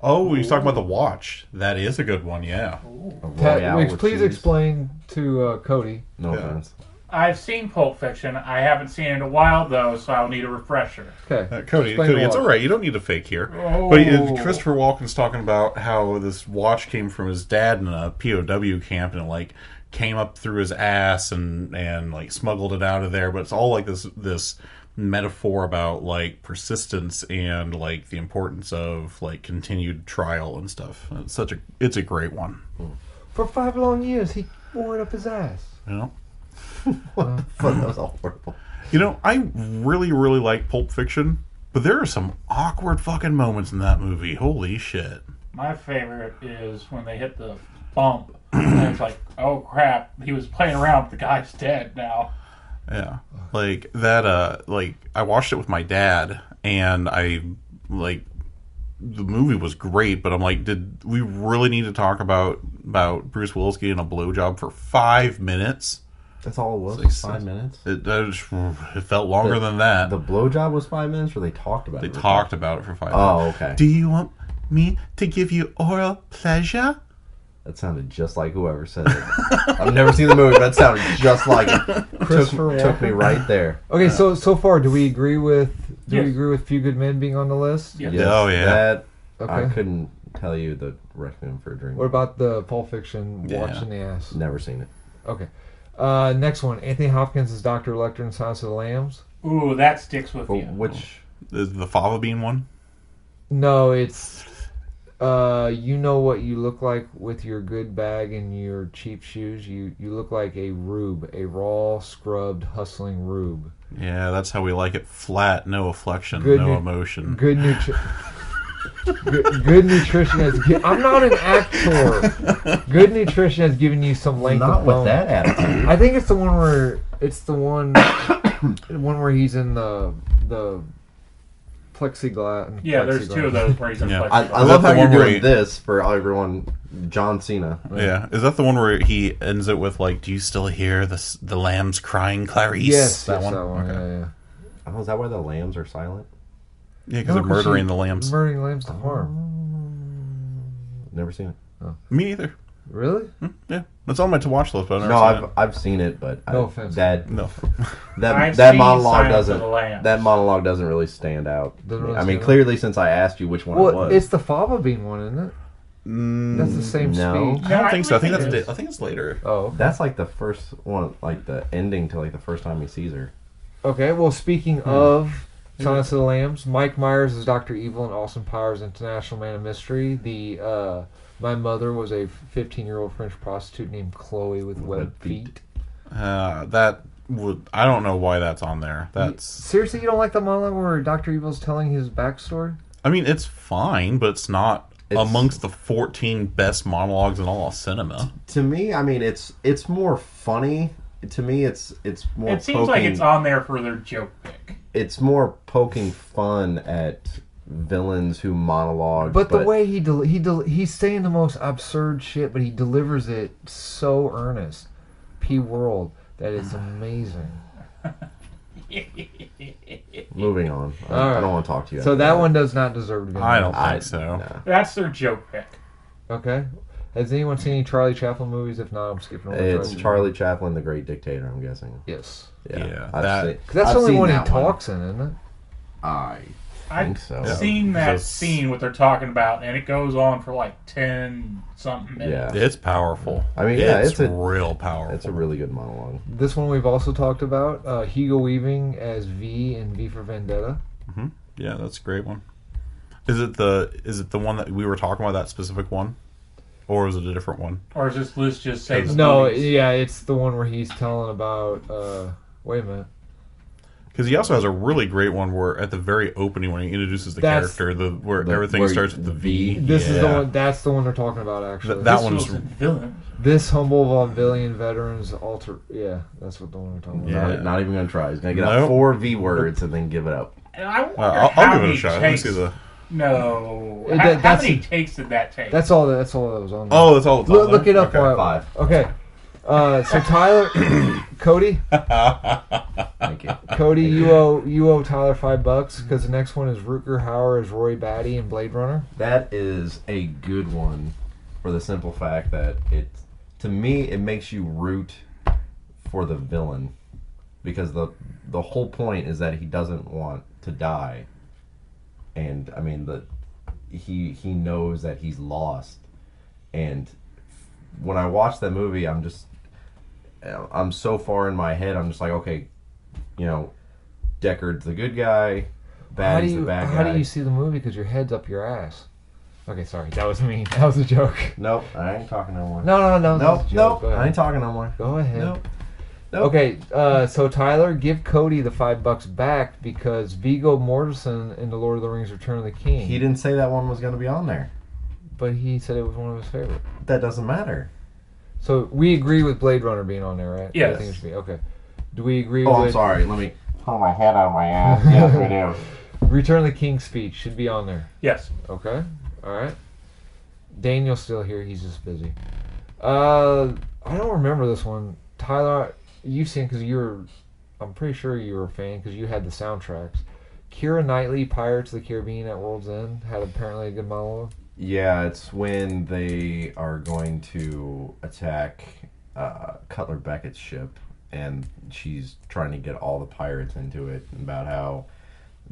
Speaker 1: Oh, you talking about the watch? That is a good one. Yeah.
Speaker 2: A
Speaker 4: Ta-
Speaker 2: Royale
Speaker 4: ex-
Speaker 2: with
Speaker 4: please
Speaker 2: cheese.
Speaker 4: explain to uh, Cody.
Speaker 2: No
Speaker 1: Yeah.
Speaker 2: offense.
Speaker 3: I've seen Pulp Fiction. I haven't seen it in a while, though, so I'll need a refresher.
Speaker 4: Okay.
Speaker 1: Uh, Cody,
Speaker 4: Explain
Speaker 1: Cody,
Speaker 4: the
Speaker 1: it's
Speaker 4: watch.
Speaker 1: all right. You don't need to fake here.
Speaker 3: Oh.
Speaker 1: But uh, Christopher Walken's talking about how this watch came from his dad in a POW camp, and it, like came up through his ass and and like smuggled it out of there. But it's all like this this metaphor about like persistence and like the importance of like continued trial and stuff. It's such a it's a great one.
Speaker 4: For five long years, he wore it up his ass.
Speaker 1: You know.
Speaker 2: What the fuck? That was all horrible.
Speaker 1: You know, I really, really like Pulp Fiction, but there are some awkward fucking moments in that movie. Holy shit.
Speaker 3: My favorite is when they hit the bump. and it's like, oh crap, he was playing around, but the guy's dead now.
Speaker 1: Yeah. Like that uh like I watched it with my dad and I like the movie was great, but I'm like, did we really need to talk about about Bruce Willis getting a blowjob for five minutes?
Speaker 2: That's all it was.
Speaker 1: Six-
Speaker 2: five minutes.
Speaker 1: It, that just- it felt longer
Speaker 2: The-
Speaker 1: than that.
Speaker 2: The blowjob was five minutes, or they talked about
Speaker 1: they
Speaker 2: it.
Speaker 1: talked about it for five minutes.
Speaker 2: Oh, okay.
Speaker 1: Do you want me to give you oral pleasure?
Speaker 2: That sounded just like whoever said it. I've never seen the movie, but that sounded just like it. Took,
Speaker 4: Christopher
Speaker 2: took me right there.
Speaker 4: Okay, so so far, do we agree with do we
Speaker 3: Yes.
Speaker 4: agree with Few Good Men being on the list?
Speaker 3: Yeah.
Speaker 2: Yes,
Speaker 1: Oh, yeah.
Speaker 2: That
Speaker 4: Okay.
Speaker 2: I couldn't tell you the Requiem for a Dream.
Speaker 4: What about the Pulp Fiction
Speaker 1: Yeah.
Speaker 4: watching the ass?
Speaker 2: Never seen it.
Speaker 4: Okay. Uh, next one. Anthony Hopkins is Dr. Lecter in Silence of the Lambs.
Speaker 3: Ooh, that sticks with
Speaker 2: But
Speaker 3: you.
Speaker 2: which?
Speaker 1: The, the fava bean one?
Speaker 4: No, it's uh, you know what you look like with your good bag and your cheap shoes. You you look like a rube, a raw, scrubbed, hustling rube.
Speaker 1: Yeah, that's how we like it. Flat, no afflection,
Speaker 4: Good
Speaker 1: no
Speaker 4: nu-
Speaker 1: emotion.
Speaker 4: Good nutrition. Good, good nutrition has. Gi- I'm not an actor. Good nutrition has given you some length
Speaker 2: Not
Speaker 4: of
Speaker 2: with
Speaker 4: bone.
Speaker 2: that attitude.
Speaker 4: I think it's the one where it's the one, the one where he's in the the plexiglass.
Speaker 3: Yeah, there's two of
Speaker 4: plexiglass.
Speaker 3: those where he's in
Speaker 1: Yeah.
Speaker 3: Flex-
Speaker 2: I, I
Speaker 1: Is
Speaker 2: love
Speaker 1: that
Speaker 2: how
Speaker 1: the
Speaker 2: you're
Speaker 1: one where
Speaker 2: doing
Speaker 1: he-
Speaker 2: this for everyone. John Cena.
Speaker 1: Yeah, is that the one where he ends it with like, "Do you still hear the s- the lambs crying, Clarice?"
Speaker 4: Yes,
Speaker 1: that
Speaker 4: yes,
Speaker 1: one.
Speaker 4: that one.
Speaker 1: Okay.
Speaker 4: Yeah, yeah.
Speaker 2: Oh, is that why the lambs are silent?
Speaker 1: Yeah, because
Speaker 4: No,
Speaker 1: of
Speaker 4: 'cause
Speaker 1: murdering
Speaker 4: she-
Speaker 1: the lambs.
Speaker 4: Murdering lambs to harm.
Speaker 2: Never seen it.
Speaker 1: Me either.
Speaker 4: Really?
Speaker 1: Yeah, that's on my to watch list, but I've never
Speaker 2: No,
Speaker 1: seen
Speaker 2: I've, I've seen it, but
Speaker 4: No
Speaker 2: I,
Speaker 4: offense.
Speaker 2: that
Speaker 1: it. No,
Speaker 2: that
Speaker 3: I've
Speaker 2: that
Speaker 3: seen
Speaker 2: monologue
Speaker 3: Silence of
Speaker 2: doesn't
Speaker 3: the Lambs.
Speaker 2: that monologue doesn't really stand out.
Speaker 4: Doesn't really
Speaker 2: I mean,
Speaker 4: stand out.
Speaker 2: clearly since I asked you which one it
Speaker 4: Well,
Speaker 2: was,
Speaker 4: it's the fava bean one, isn't it?
Speaker 1: Mm,
Speaker 4: That's the same
Speaker 2: no.
Speaker 4: speech.
Speaker 1: I don't think so. I think
Speaker 3: it
Speaker 1: that's
Speaker 3: is.
Speaker 1: di- I think it's later.
Speaker 4: Oh,
Speaker 2: that's like the first one, like the ending to like the first time he sees her.
Speaker 4: okay. Well, speaking
Speaker 1: Hmm.
Speaker 4: of Silence of the Lambs, Mike Myers is Doctor Evil in Austin Powers International Man of Mystery. The uh, my mother was a 15-year-old French prostitute named Chloe with web
Speaker 2: Web feet.
Speaker 4: feet.
Speaker 1: Uh, that would I don't know why that's on there. That's
Speaker 4: Seriously, you don't like the monologue where Doctor Evil's telling his backstory?
Speaker 1: I mean it's fine, but it's not
Speaker 2: It's-
Speaker 1: amongst the 14 best monologues in all of cinema.
Speaker 2: To me, I mean, it's it's more funny. To me, it's it's more.
Speaker 3: It seems like
Speaker 2: poking-
Speaker 3: it's on there for their joke pick.
Speaker 2: it's more poking fun at villains who monologue.
Speaker 4: But, the way he del- he del- he's saying the most absurd shit, but he delivers it so earnest, P world that it's amazing.
Speaker 2: moving on, I,
Speaker 4: All
Speaker 2: I
Speaker 4: right.
Speaker 2: don't want to talk to you.
Speaker 4: So
Speaker 2: after
Speaker 4: that one does not deserve to be.
Speaker 1: I don't
Speaker 4: nominated.
Speaker 2: Mm, I-
Speaker 1: think so.
Speaker 2: no.
Speaker 3: That's their joke pick.
Speaker 4: Okay. Has anyone seen any Charlie Chaplin movies? If not, I'm skipping over.
Speaker 2: It's Charlie Chaplin, the Great Dictator. I'm guessing.
Speaker 4: Yes.
Speaker 1: Yeah,
Speaker 2: I've
Speaker 1: that-
Speaker 2: seen-
Speaker 4: 'Cause that's
Speaker 2: I've
Speaker 4: the only
Speaker 2: seen
Speaker 4: one he
Speaker 2: that
Speaker 4: talks in, isn't it?
Speaker 5: I
Speaker 3: I
Speaker 2: think so.
Speaker 3: have seen that
Speaker 1: Because-
Speaker 3: scene what they're talking about, and it goes on for like ten something minutes.
Speaker 2: Yeah,
Speaker 1: It's powerful.
Speaker 2: I mean, yeah, it's a-
Speaker 1: real powerful.
Speaker 2: it's a really good monologue.
Speaker 4: This one we've also talked about. Uh, Hugo Weaving as V in V for Vendetta.
Speaker 1: yeah, that's a great one. Is it the is it the one that we were talking about that specific one? Or was it a different one?
Speaker 3: Or is this list just say the
Speaker 4: No,
Speaker 3: movies?
Speaker 4: yeah, it's the one where he's telling about. Uh, wait a minute.
Speaker 1: Because he also has a really great one where at the very opening when he introduces the
Speaker 4: That's-
Speaker 1: character, the where
Speaker 2: The-
Speaker 1: everything
Speaker 2: where
Speaker 1: starts with the V.
Speaker 4: This is the
Speaker 1: Yeah.
Speaker 4: one. That's the one they're talking about. Actually,
Speaker 1: Th- that
Speaker 3: This
Speaker 1: one was-
Speaker 3: was a villain.
Speaker 4: This humble vaudevillian veterans alter. Yeah, that's what the one we're talking about.
Speaker 1: Yeah.
Speaker 2: Not, not even gonna try. He's gonna get
Speaker 1: Nope.
Speaker 2: out four V words and then give it up.
Speaker 3: And I wonder
Speaker 1: Well, I'll,
Speaker 3: how
Speaker 1: I'll give it a
Speaker 3: many
Speaker 1: shot. Let me
Speaker 3: Takes,
Speaker 1: see the.
Speaker 3: No,
Speaker 4: It-
Speaker 3: how,
Speaker 4: that-
Speaker 3: how
Speaker 4: that's-
Speaker 3: many takes did that take?
Speaker 4: That's all. That, that's all that was on. There.
Speaker 1: Oh, that's all. It's
Speaker 4: look, look it up.
Speaker 1: Okay.
Speaker 4: while-
Speaker 2: Five.
Speaker 4: Okay. Uh, so Tyler, Cody,
Speaker 2: Thank you.
Speaker 4: Cody, you owe you owe Tyler five bucks because the next one is Rutger Hauer as Roy Batty in Blade Runner.
Speaker 2: That is a good one for the simple fact that it, to me, it makes you root for the villain because the the whole point is that he doesn't want to die, and I mean the he he knows that he's lost, and when I watch that movie, I'm just I'm so far in my head, I'm just like, okay, you know, Deckard's the good guy,
Speaker 4: how do
Speaker 2: Batty's
Speaker 4: you
Speaker 2: the bad
Speaker 4: how
Speaker 2: guy.
Speaker 4: do you see the movie because your head's up your ass? Okay, sorry, that was mean. That was a joke.
Speaker 2: Nope, I ain't talking no more.
Speaker 4: No, no, no, that
Speaker 2: Nope,
Speaker 4: was a joke.
Speaker 2: nope.
Speaker 4: Go ahead.
Speaker 2: I ain't talking no more.
Speaker 4: Go ahead.
Speaker 2: Nope. Nope.
Speaker 4: Okay, uh, so Tyler, give Cody the five bucks back because Vigo Mortensen in The Lord of the Rings: Return of the King.
Speaker 2: He didn't say that one was going to be on there.
Speaker 4: but he said it was one of his favorite.
Speaker 2: That doesn't matter.
Speaker 4: So we agree with Blade Runner being on there, right?
Speaker 3: Yes.
Speaker 4: I think it should be okay. Do we agree
Speaker 2: Oh,
Speaker 4: with
Speaker 2: I'm sorry. Let me pull my head out of my ass. Yes, we do.
Speaker 4: Return of the King speech should be on there?
Speaker 3: yes.
Speaker 4: Okay. All right. Daniel's still here. He's just busy. Uh, I don't remember this one, Tyler. You've seen because you were, I'm pretty sure you were a fan because you had the soundtracks. Kira Knightley, Pirates of the Caribbean at World's End, had apparently a good monologue.
Speaker 2: Yeah, it's when they are going to attack uh, Cutler Beckett's ship, and she's trying to get all the pirates into it about how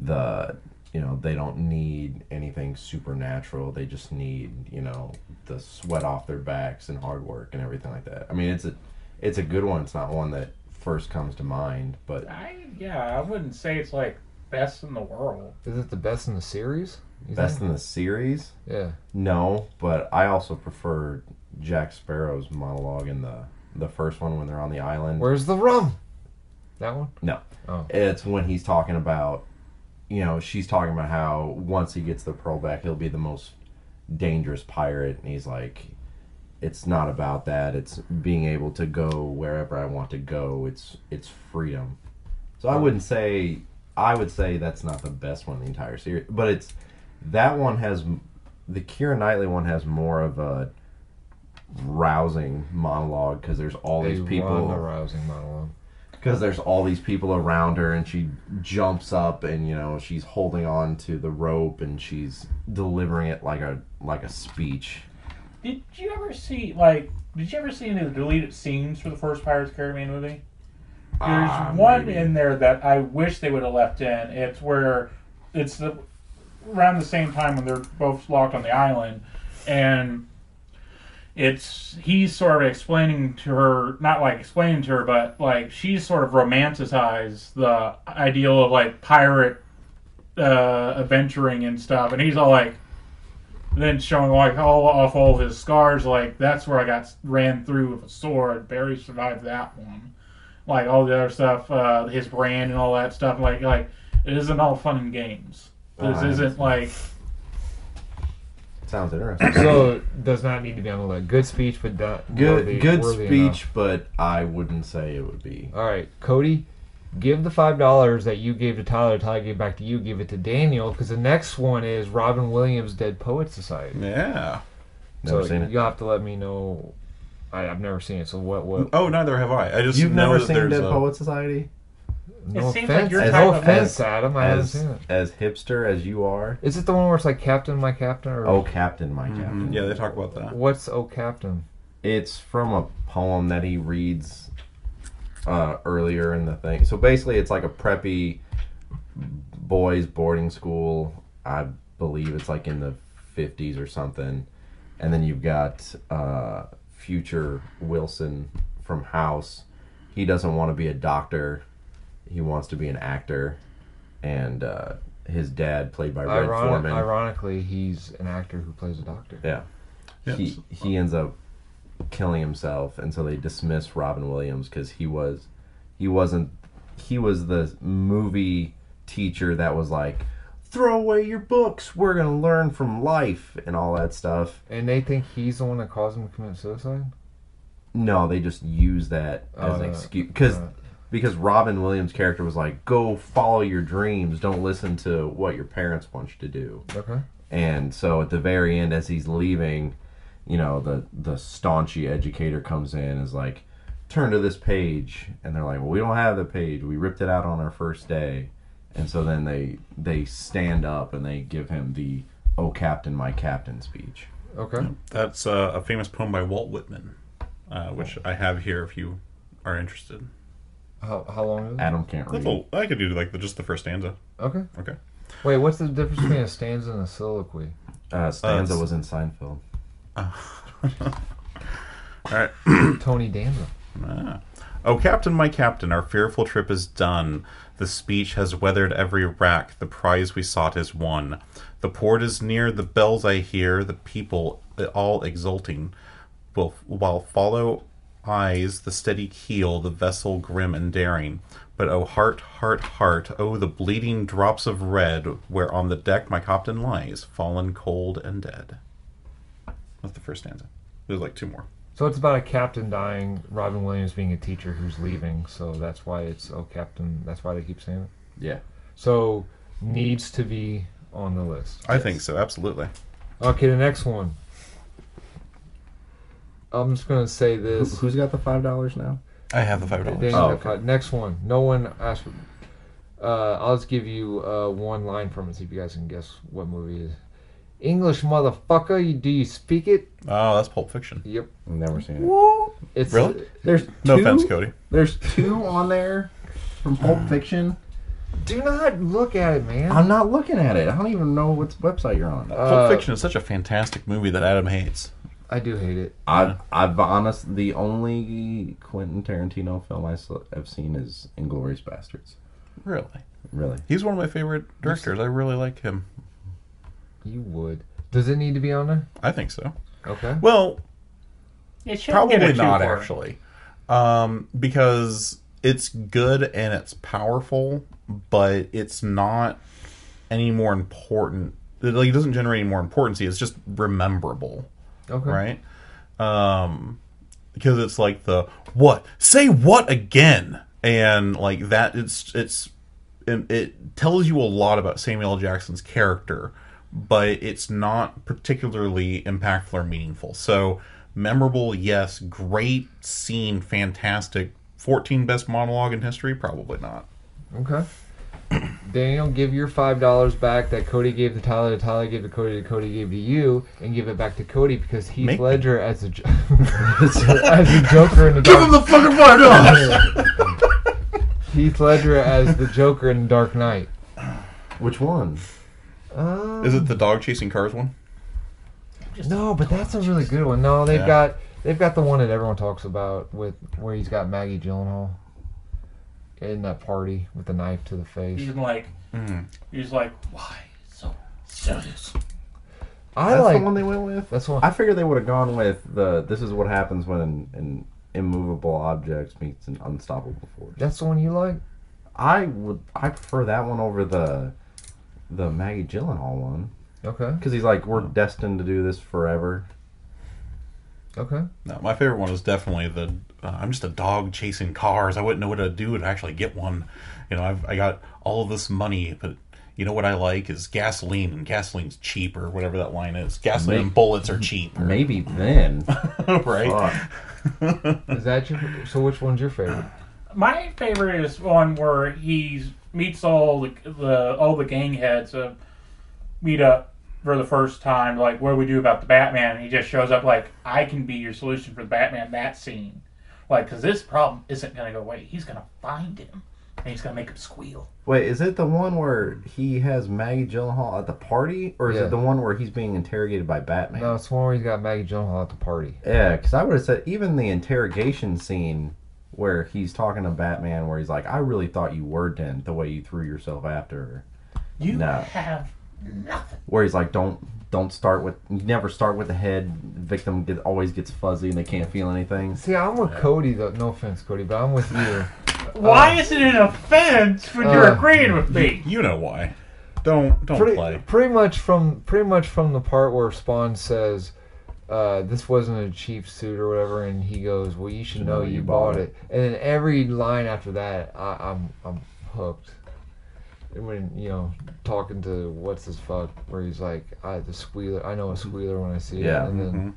Speaker 2: the you know they don't need anything supernatural they just need you know the sweat off their backs and hard work and everything like that i mean it's a it's a good one it's not one that first comes to mind but
Speaker 3: I yeah, I wouldn't say it's like best in the world.
Speaker 4: Is it the best in the series? You
Speaker 2: best
Speaker 4: think?
Speaker 2: in the series
Speaker 4: yeah.
Speaker 2: No, but I also prefer Jack Sparrow's monologue in the the first one when they're on the island.
Speaker 4: Where's the rum? That one.
Speaker 2: No.
Speaker 4: Oh.
Speaker 2: It's when he's talking about you know, she's talking about how once he gets the pearl back, he'll be the most dangerous pirate and he's like it's not about that. It's being able to go wherever I want to go. It's it's freedom. So I wouldn't say I would say that's not the best one in the entire series, but it's that one has the Kira Knightley one has more of a rousing monologue because there's all
Speaker 4: A
Speaker 2: these people
Speaker 4: Ron arousing monologue.
Speaker 2: because there's all these people around her and she jumps up and you know she's holding on to the rope and she's delivering it like a like a speech
Speaker 3: Did you ever see like? Did you ever see any of the deleted scenes for the first Pirates of the Caribbean movie? There's
Speaker 2: Ah,
Speaker 3: one
Speaker 2: maybe.
Speaker 3: in there that I wish they would have left in. It's where it's the around the same time when they're both locked on the island, and it's he's sort of explaining to her, not like explaining to her, but like she's sort of romanticized the ideal of like pirate uh, adventuring and stuff, and he's all like. Then showing like all off all of his scars, like that's where I got ran through with a sword. Barry survived that one like all the other stuff, uh, his brand and all that stuff. Like, like it isn't all fun and games. This
Speaker 2: Right.
Speaker 3: isn't like
Speaker 2: sounds interesting
Speaker 4: So does not need to be on the list. Good speech, but not
Speaker 2: good
Speaker 4: worthy-
Speaker 2: good
Speaker 4: worthy
Speaker 2: speech but i wouldn't say it would be
Speaker 4: All right, Cody, give the five dollars that you gave to Tyler. Tyler gave back to you. Give it to Daniel because the next one is Robin Williams' Dead Poets Society.
Speaker 1: Yeah.
Speaker 2: never
Speaker 4: so
Speaker 2: seen it
Speaker 4: you'll have to let me know. I, I've never seen it, so what? What?
Speaker 1: Oh, neither have I. I just
Speaker 2: you've
Speaker 1: know
Speaker 2: never
Speaker 1: that
Speaker 2: seen
Speaker 1: there's
Speaker 2: dead
Speaker 1: a,
Speaker 2: poet society
Speaker 4: No
Speaker 3: seems like
Speaker 4: offense,
Speaker 3: your
Speaker 2: type
Speaker 4: no
Speaker 2: of-
Speaker 4: offense,
Speaker 2: as-
Speaker 4: Adam. I haven't
Speaker 2: as
Speaker 4: seen it.
Speaker 2: as hipster as you are
Speaker 4: Is it the one where it's like Captain, my Captain, or
Speaker 2: oh captain my captain
Speaker 1: mm, Yeah, they talk about that.
Speaker 4: what's Oh Captain?
Speaker 2: it's from a poem that he reads uh, earlier in the thing. So basically, it's like a preppy boys' boarding school. I believe it's like in the 50s or something. And then you've got uh, future Wilson from House. He doesn't want to be a doctor, he wants to be an actor. And uh, his dad, played by Red
Speaker 4: Ironic,
Speaker 2: Foreman.
Speaker 4: ironically, he's an actor who plays a doctor.
Speaker 2: Yeah.
Speaker 1: Yes.
Speaker 2: He he ends up killing himself, and so they dismiss Robin Williams because he was he wasn't he was the movie teacher that was like throw away your books we're gonna learn from life and all that stuff
Speaker 4: And they think he's the one that caused him to commit suicide.
Speaker 2: no they just use that as an
Speaker 4: Uh,
Speaker 2: excuse because
Speaker 4: uh.
Speaker 2: because robin williams character was like go follow your dreams don't listen to what your parents want you to do
Speaker 4: Okay.
Speaker 2: And so at the very end, as he's leaving, you know, the the staunchy educator comes in and is like, "Turn to this page," and they're like, "Well, we don't have the page. We ripped it out on our first day." And so then they they stand up and they give him the "Oh, Captain, my Captain" speech.
Speaker 4: Okay.
Speaker 1: That's uh, a famous poem by Walt Whitman, uh, which I have here if you are interested.
Speaker 4: How, how long is it?
Speaker 2: Adam can't read.
Speaker 1: That's a, I could do like the, just the first stanza.
Speaker 4: Okay.
Speaker 1: Okay.
Speaker 4: Wait, what's the difference between a stanza and a soliloquy?
Speaker 2: Uh, stanza
Speaker 1: Uh,
Speaker 2: was in Seinfeld.
Speaker 4: Tony Danza.
Speaker 1: Oh, Captain, my Captain, our fearful trip is done. The speech has weathered every rack. The prize we sought is won. The port is near. The bells I hear. The people uh, all exulting. Will, while follow eyes the steady keel, the vessel grim and daring. But oh, heart, heart, heart! Oh, the bleeding drops of red, where on the deck my captain lies, fallen cold and dead. That's the first stanza. There's like two more.
Speaker 4: So it's about a captain dying, Robin Williams being a teacher who's leaving, so that's why it's oh captain. That's why they keep saying it.
Speaker 2: Yeah.
Speaker 4: So needs to be on the list.
Speaker 1: I think so. Absolutely.
Speaker 4: Okay, the next one. I'm just gonna say this.
Speaker 2: Who's got the five dollars now?
Speaker 1: I have the five
Speaker 4: Daniel,
Speaker 2: Oh,
Speaker 4: if I-
Speaker 2: okay.
Speaker 4: Next one. No one asked. for- Uh, I'll just give you uh, one line from it. See if you guys can guess what movie it is. English motherfucker, you, do you speak it?
Speaker 1: Oh, that's Pulp Fiction.
Speaker 4: Yep.
Speaker 2: Never seen it.
Speaker 4: It's uh,
Speaker 1: Really?
Speaker 2: There's
Speaker 1: No
Speaker 2: two-
Speaker 1: offense, Cody.
Speaker 2: There's two on there from Pulp Fiction.
Speaker 4: Do not look at it, man.
Speaker 2: I'm not looking at it. I don't even know what website you're on.
Speaker 4: Uh,
Speaker 1: Pulp Fiction is such a fantastic movie that Adam hates.
Speaker 4: I do hate it.
Speaker 2: I've, I've honest the only Quentin Tarantino film I s- have seen is Inglorious Bastards.
Speaker 1: Really?
Speaker 2: Really?
Speaker 1: He's one of my favorite directors. I really like him.
Speaker 4: You would. Does it need to be on there?
Speaker 1: I think so.
Speaker 4: Okay.
Speaker 1: Well,
Speaker 3: it should get
Speaker 1: probably
Speaker 3: a two
Speaker 1: not
Speaker 3: for it.
Speaker 1: actually. Um, because it's good and it's powerful, but it's not any more important. It, like it doesn't generate any more importance. It's just rememberable,
Speaker 4: Okay.
Speaker 1: right? Um, because it's like the what? Say what again? And like that, it's it's it, it tells you a lot about Samuel L. Jackson's character, but it's not particularly impactful or meaningful. So memorable, yes. Great scene, fantastic, 14 best monologue in history? Probably not.
Speaker 4: Okay. Daniel, give your five dollars back that Cody gave to Tyler, that Tyler gave to Cody, that Cody gave to you, and give it back to Cody because Heath
Speaker 1: Make me-
Speaker 4: Ledger as a jo- as a Joker in the
Speaker 5: Give him the
Speaker 4: Dark
Speaker 5: fucking five dollars.
Speaker 4: Heath Ledger as the Joker in Dark Knight.
Speaker 2: Which one?
Speaker 4: Uh,
Speaker 1: Is it the dog chasing cars one?
Speaker 4: no, but that's a really good one. No, they've
Speaker 1: Yeah.
Speaker 4: got they've got the one that everyone talks about with where he's got Maggie Gyllenhaal in that party with the knife to the face.
Speaker 3: He's like,
Speaker 1: Mm.
Speaker 3: he's like, why so serious?
Speaker 4: I
Speaker 2: That's
Speaker 4: like
Speaker 2: the one they went with.
Speaker 4: that's one.
Speaker 2: I figured they would have gone with the. This is what happens when an, an immovable object meets an unstoppable force.
Speaker 4: That's the one you like.
Speaker 2: I would. I prefer that one over the the Maggie Gyllenhaal one
Speaker 4: Okay.
Speaker 2: because he's like, we're destined to do this forever.
Speaker 4: Okay.
Speaker 1: No, my favorite one is definitely the uh, I'm just a dog chasing cars. I wouldn't know what to do to actually get one. You know, I've, I got all of this money, but you know what I like is gasoline, and gasoline's cheap, or whatever that line is. Gasoline
Speaker 2: Make-
Speaker 1: and bullets are cheap,
Speaker 2: Maybe then.
Speaker 1: right?
Speaker 2: Fuck.
Speaker 4: Is that your? So which one's your favorite?
Speaker 3: My favorite is one where he meets all the, the all the gang heads of meet up for the first time. Like, what do we do about the Batman? And he just shows up like, I can be your solution for the Batman. That scene, like, because this problem isn't gonna go away. He's gonna find him, and he's gonna make him squeal.
Speaker 2: Wait, is it the one where he has Maggie Gyllenhaal at the party, or is
Speaker 4: Yeah.
Speaker 2: it the one where he's being interrogated by Batman?
Speaker 4: No, it's the one where he's got Maggie Gyllenhaal at the party.
Speaker 2: Yeah, because I would have said even the interrogation scene where he's talking to Batman, where he's like, "I really thought you were dead the way you threw yourself after her."
Speaker 3: You
Speaker 2: No.
Speaker 3: have nothing.
Speaker 2: Where he's like, "Don't, don't start with, you never start with the head. Victim get, always gets fuzzy and they can't feel anything."
Speaker 4: See, I'm with Cody though. No offense, Cody, but I'm with you.
Speaker 3: Why is it an offense when
Speaker 4: Uh,
Speaker 3: you're agreeing with me?
Speaker 1: You know why? Don't don't
Speaker 4: Pretty,
Speaker 1: play.
Speaker 4: pretty much from pretty much from the part where Spawn says, uh, "This wasn't a cheap suit or whatever," and he goes, "Well, you should know you bought it." And then every line after that, I, I'm I'm hooked. And when you know talking to what's his fuck, where he's like, "I the squealer, I know a squealer when I see
Speaker 2: Yeah.
Speaker 4: it," and then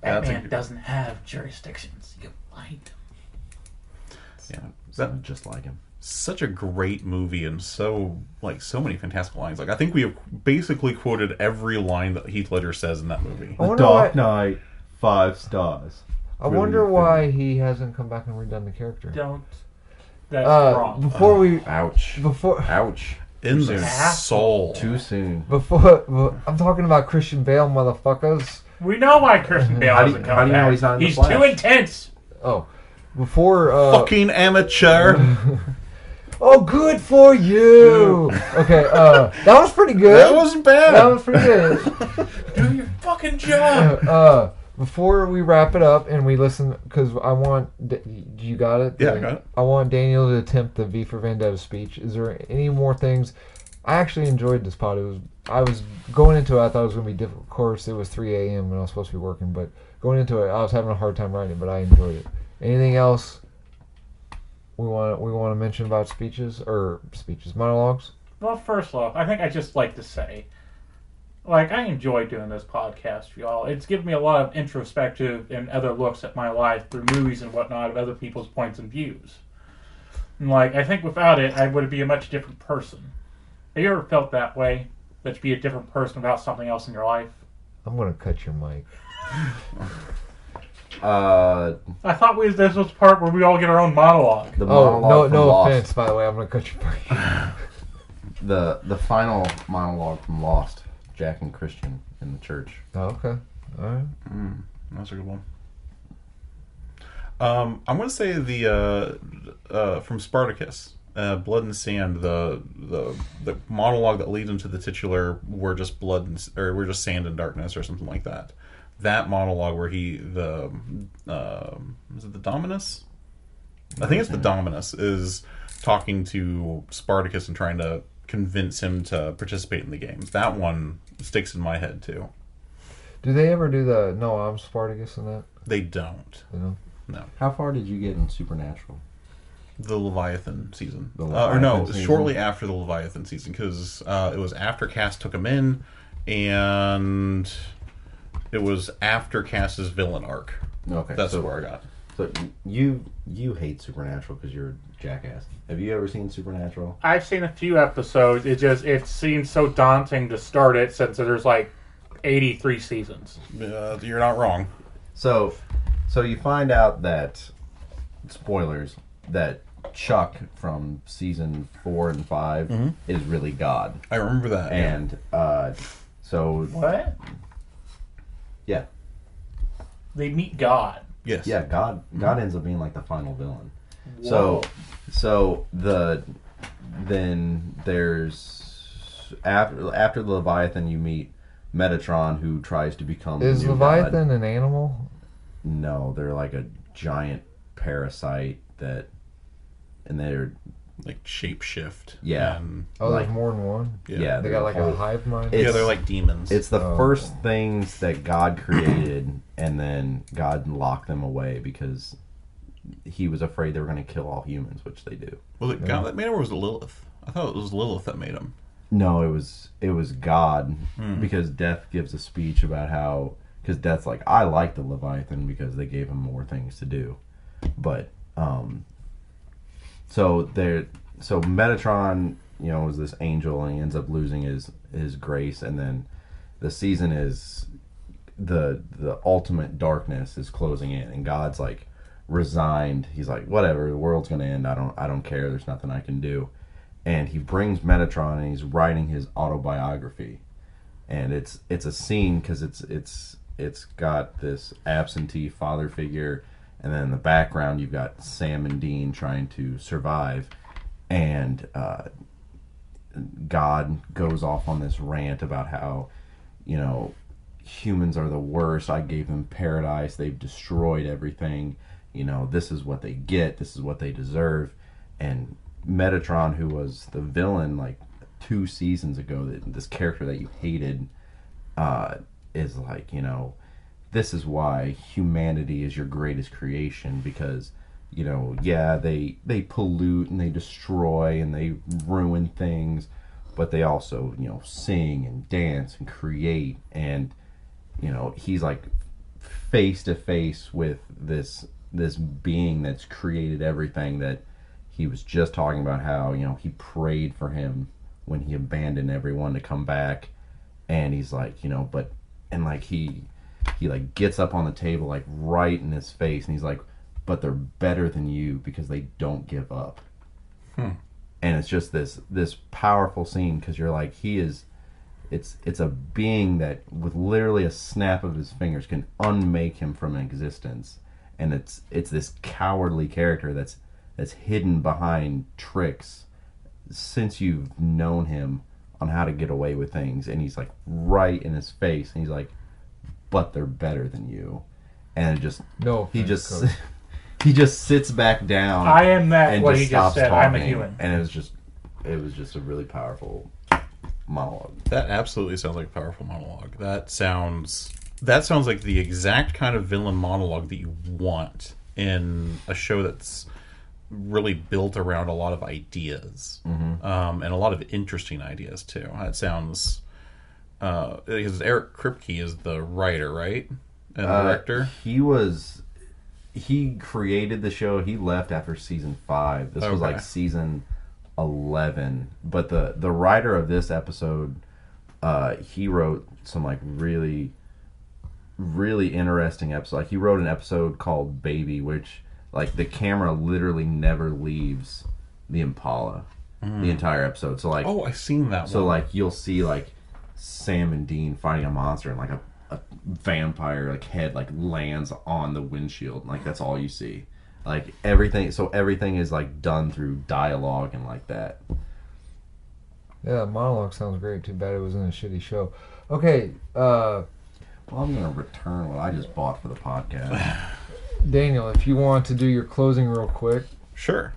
Speaker 1: That's a
Speaker 3: Batman
Speaker 1: good-
Speaker 3: doesn't have jurisdictions. You find him.
Speaker 1: Yeah.
Speaker 2: Sounded just like him.
Speaker 1: Such a great movie and so like so many fantastic lines. Like I think we have basically quoted every line that Heath Ledger says in that movie.
Speaker 4: I wonder why,
Speaker 2: Knight, five stars.
Speaker 4: I wonder
Speaker 2: Brilliant
Speaker 4: why he hasn't come back and redone the character.
Speaker 3: Don't. That's
Speaker 4: Uh,
Speaker 3: wrong.
Speaker 4: before we
Speaker 2: Ouch.
Speaker 4: before
Speaker 2: Ouch.
Speaker 1: In the soul.
Speaker 3: Asshole.
Speaker 2: Too soon.
Speaker 4: Before, bu- I'm talking about Christian Bale, motherfuckers.
Speaker 3: We know why Christian
Speaker 2: Mm-hmm.
Speaker 3: Bale
Speaker 2: How do you-
Speaker 3: isn't
Speaker 2: how do
Speaker 3: coming
Speaker 2: you know
Speaker 3: back.
Speaker 2: he's not in the
Speaker 3: he's
Speaker 2: Flash?
Speaker 3: too intense.
Speaker 4: Oh, before. Uh,
Speaker 1: Fucking amateur.
Speaker 4: oh, good for you. okay, uh, that was pretty good.
Speaker 1: that wasn't bad.
Speaker 4: That was pretty good.
Speaker 3: Do your fucking job.
Speaker 4: uh, before we wrap it up and we listen, because I want Da- you got it.
Speaker 1: Yeah, I got it.
Speaker 4: I want Daniel to attempt the V for Vendetta speech. Is there any more things? I actually enjoyed this pod. It was I was going into it. I thought it was going to be difficult. Of course, it was 3 a.m. and I was supposed to be working, but going into it, I was having a hard time writing it, but I enjoyed it. Anything else we want we want to mention about speeches or speeches monologues?
Speaker 3: well, first off, I think I just like to say, like, I enjoy doing this podcast, y'all. It's given me a lot of introspective and other looks at my life through movies and whatnot of other people's points and views. And, like, I think without it, I would be a much different person. Have you ever felt that way? That you be a different person without something else in your life?
Speaker 4: I'm going to cut your mic.
Speaker 2: Uh,
Speaker 3: I thought we this was the part where we all get our own monologue.
Speaker 2: the
Speaker 4: Oh
Speaker 2: monologue
Speaker 4: no
Speaker 2: from
Speaker 4: no
Speaker 2: Lost.
Speaker 4: offense by the way. I'm going to cut your mic.
Speaker 2: The the final monologue from Lost. Jack and Christian in the church.
Speaker 4: oh, okay. All right.
Speaker 1: That's a good one. Um, I'm gonna say the uh, uh, from Spartacus, uh, "Blood and Sand," the the the monologue that leads into the titular "We're just blood and s- or we're just sand and darkness" or something like that. That monologue where he the um is it the Dominus? I think it's the Dominus is talking to Spartacus and trying to convince him to participate in the games. That one sticks in my head too.
Speaker 4: Do they ever do the no? I'm Spartacus in that.
Speaker 1: They don't.
Speaker 4: You know?
Speaker 2: How far did you get in Supernatural?
Speaker 1: the Leviathan season,
Speaker 2: The
Speaker 1: uh, or no,
Speaker 2: Leviathan season.
Speaker 1: shortly after the Leviathan season, because uh, it was after Cass took him in, and it was after Cass's villain arc.
Speaker 2: Okay,
Speaker 1: That's
Speaker 2: so,
Speaker 1: where I got.
Speaker 2: So you you hate Supernatural because you're a jackass. Have you ever seen Supernatural?
Speaker 3: I've seen a few episodes. It just it seems so daunting to start it since there's like 83 seasons.
Speaker 1: Uh, you're not wrong.
Speaker 2: So, so you find out that spoilers that Chuck from season four and 5 is really God,
Speaker 1: I remember that.
Speaker 2: and uh, so
Speaker 3: What?
Speaker 2: yeah,
Speaker 3: They meet God.
Speaker 1: Yes.
Speaker 2: yeah, God God ends up being like the final villain.
Speaker 3: Whoa.
Speaker 2: So, so the then there's after after the Leviathan you meet Metatron who tries to become the
Speaker 4: Is
Speaker 2: new God.
Speaker 4: Leviathan an animal?
Speaker 2: No, they're like a giant parasite that, and they're
Speaker 1: Like shapeshift.
Speaker 2: Yeah.
Speaker 1: and-
Speaker 4: Oh,
Speaker 2: Like-
Speaker 4: there's more than one.
Speaker 1: yeah.
Speaker 2: yeah,
Speaker 4: They
Speaker 2: they're
Speaker 4: got like a
Speaker 2: whole-
Speaker 4: hive mind.
Speaker 2: It's-
Speaker 1: yeah, they're like demons.
Speaker 2: It's the
Speaker 4: Oh,
Speaker 2: first things that God created, and then God locked them away because He was afraid they were going to kill all humans, which they do.
Speaker 1: was it God that made him, or was it Lilith? I thought it was Lilith that made him.
Speaker 2: No, it was it was God because Death gives a speech about how because Death's like I like the Leviathan because they gave him more things to do, but um, so there so Metatron you know is this angel and he ends up losing his his grace and then the season is the the ultimate darkness is closing in and God's like resigned he's like whatever the world's gonna end I don't I don't care there's nothing I can do and he brings Metatron and he's writing his autobiography, and it's it's a scene because it's it's it's got this absentee father figure, and then in the background you've got Sam and Dean trying to survive, and uh, God goes off on this rant about how, you know, humans are the worst. I gave them paradise. They've destroyed everything. You know, this is what they get. This is what they deserve. And Metatron, who was the villain like two seasons ago, that this character that you hated, uh, is like, you know, this is why humanity is your greatest creation because you know yeah they they pollute and they destroy and they ruin things but they also you know sing and dance and create and you know he's like face to face with this this being that's created everything that he was just talking about how you know he prayed for him when he abandoned everyone to come back and he's like you know but and like he he like gets up on the table like right in his face and he's like but they're better than you because they don't give up and it's just this this powerful scene because you're like he is it's it's a being that with literally a snap of his fingers can unmake him from existence and it's it's this cowardly character that's that's hidden behind tricks since you've known him on how to get away with things and he's like right in his face and he's like but they're better than you and it just
Speaker 4: No,
Speaker 2: he
Speaker 4: offense,
Speaker 2: just
Speaker 4: Coach.
Speaker 2: he just sits back down
Speaker 3: I am that
Speaker 2: and
Speaker 3: what
Speaker 2: just
Speaker 3: he
Speaker 2: stops
Speaker 3: just said.
Speaker 2: talking.
Speaker 3: I'm a human.
Speaker 2: And it was just, it was just a really powerful monologue.
Speaker 1: That absolutely sounds like a powerful monologue. That sounds that sounds like the exact kind of villain monologue that you want in a show that's really built around a lot of ideas um, and a lot of interesting ideas too. That sounds uh, because Eric Kripke is the writer, right, and director.
Speaker 2: Uh, He was, he created the show. He left after season five. This was
Speaker 1: Okay.
Speaker 2: like season eleven. But the the writer of this episode, uh, he wrote some like really, really interesting episode. Like he wrote an episode called Baby, which like the camera literally never leaves the Impala. The entire episode. So like
Speaker 1: Hmm. Oh, I've seen that
Speaker 2: So
Speaker 1: one.
Speaker 2: like you'll see like Sam and Dean fighting a monster and like a, a vampire like head like lands on the windshield. and, Like that's all you see. Like everything so everything is like done through dialogue and like that.
Speaker 4: Yeah, that monologue sounds great. Too bad it was in a shitty show. Okay, uh,
Speaker 2: Well I'm gonna return what I just bought for the podcast.
Speaker 4: Daniel, if you want to do your closing real quick,
Speaker 1: sure.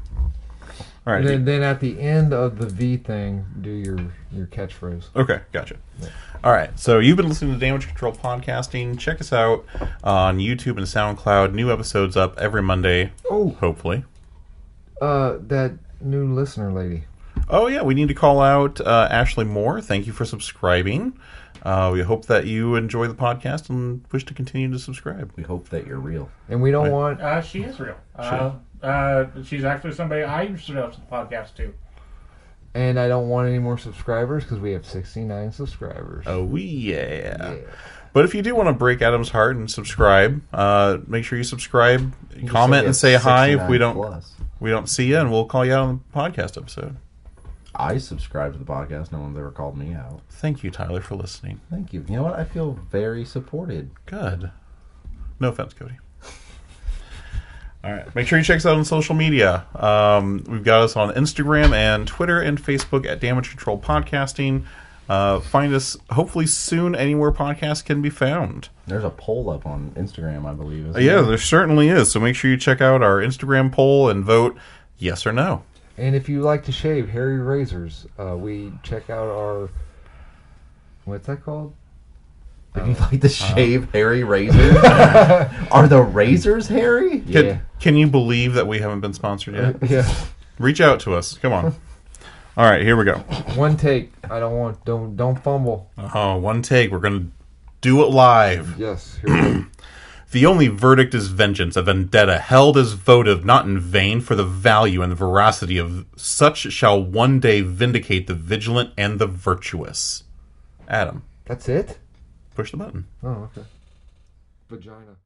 Speaker 1: All right.
Speaker 4: and then, then at the end of the V thing, do your your catchphrase.
Speaker 1: Okay, gotcha. All right, so you've been listening to Damage Control Podcasting. Check us out on YouTube and SoundCloud. New episodes up every Monday,
Speaker 4: Oh,
Speaker 1: hopefully.
Speaker 4: uh, that new listener lady.
Speaker 1: Oh, yeah, we need to call out uh, Ashley Moore. Thank you for subscribing. Uh, we hope that you enjoy the podcast and wish to continue to subscribe.
Speaker 2: We hope that you're real.
Speaker 4: And we don't
Speaker 1: Right.
Speaker 4: want
Speaker 3: Uh, she is real. Uh, uh, she's actually somebody I introduced to the podcast to.
Speaker 4: and I don't want any more subscribers because we have 69 subscribers.
Speaker 1: Oh, yeah.
Speaker 4: Yeah.
Speaker 1: But if you do want to break Adam's heart and subscribe, uh, make sure you subscribe, comment, and say hi if we don't
Speaker 2: Plus.
Speaker 1: we don't see you, and we'll call you out on the podcast episode.
Speaker 2: I subscribe to the podcast. No one's ever called me out.
Speaker 1: Thank you, Tyler, for listening.
Speaker 2: Thank you. You know what? I feel very supported.
Speaker 1: Good. No offense, Cody. All right. Make sure you check us out on social media. Um, we've got us on Instagram and Twitter and Facebook at Damage Control Podcasting. Uh, find us hopefully soon anywhere podcasts can be found. Uh,
Speaker 2: There's a poll up on Instagram, I believe. isn't
Speaker 1: Yeah,
Speaker 2: there?
Speaker 1: there certainly is. So make sure you check out our Instagram poll and vote yes or no.
Speaker 4: And if you like to shave hairy razors, uh, we check out our what's that called?
Speaker 2: Would you like to shave hairy razors? Are the razors hairy?
Speaker 1: Can,
Speaker 4: Yeah.
Speaker 1: can you believe that we haven't been sponsored yet?
Speaker 4: Yeah.
Speaker 1: Reach out to us. Come on. All right, here we go.
Speaker 4: One take. I don't want don't don't fumble.
Speaker 1: Oh, one take. We're going to do it live.
Speaker 4: Yes. Here we go.
Speaker 1: The only verdict is vengeance, a vendetta held as votive not in vain, for the value and the veracity of such shall one day vindicate the vigilant and the virtuous. Adam,
Speaker 4: That's it?
Speaker 1: push the button.
Speaker 4: Oh, okay. Vagina.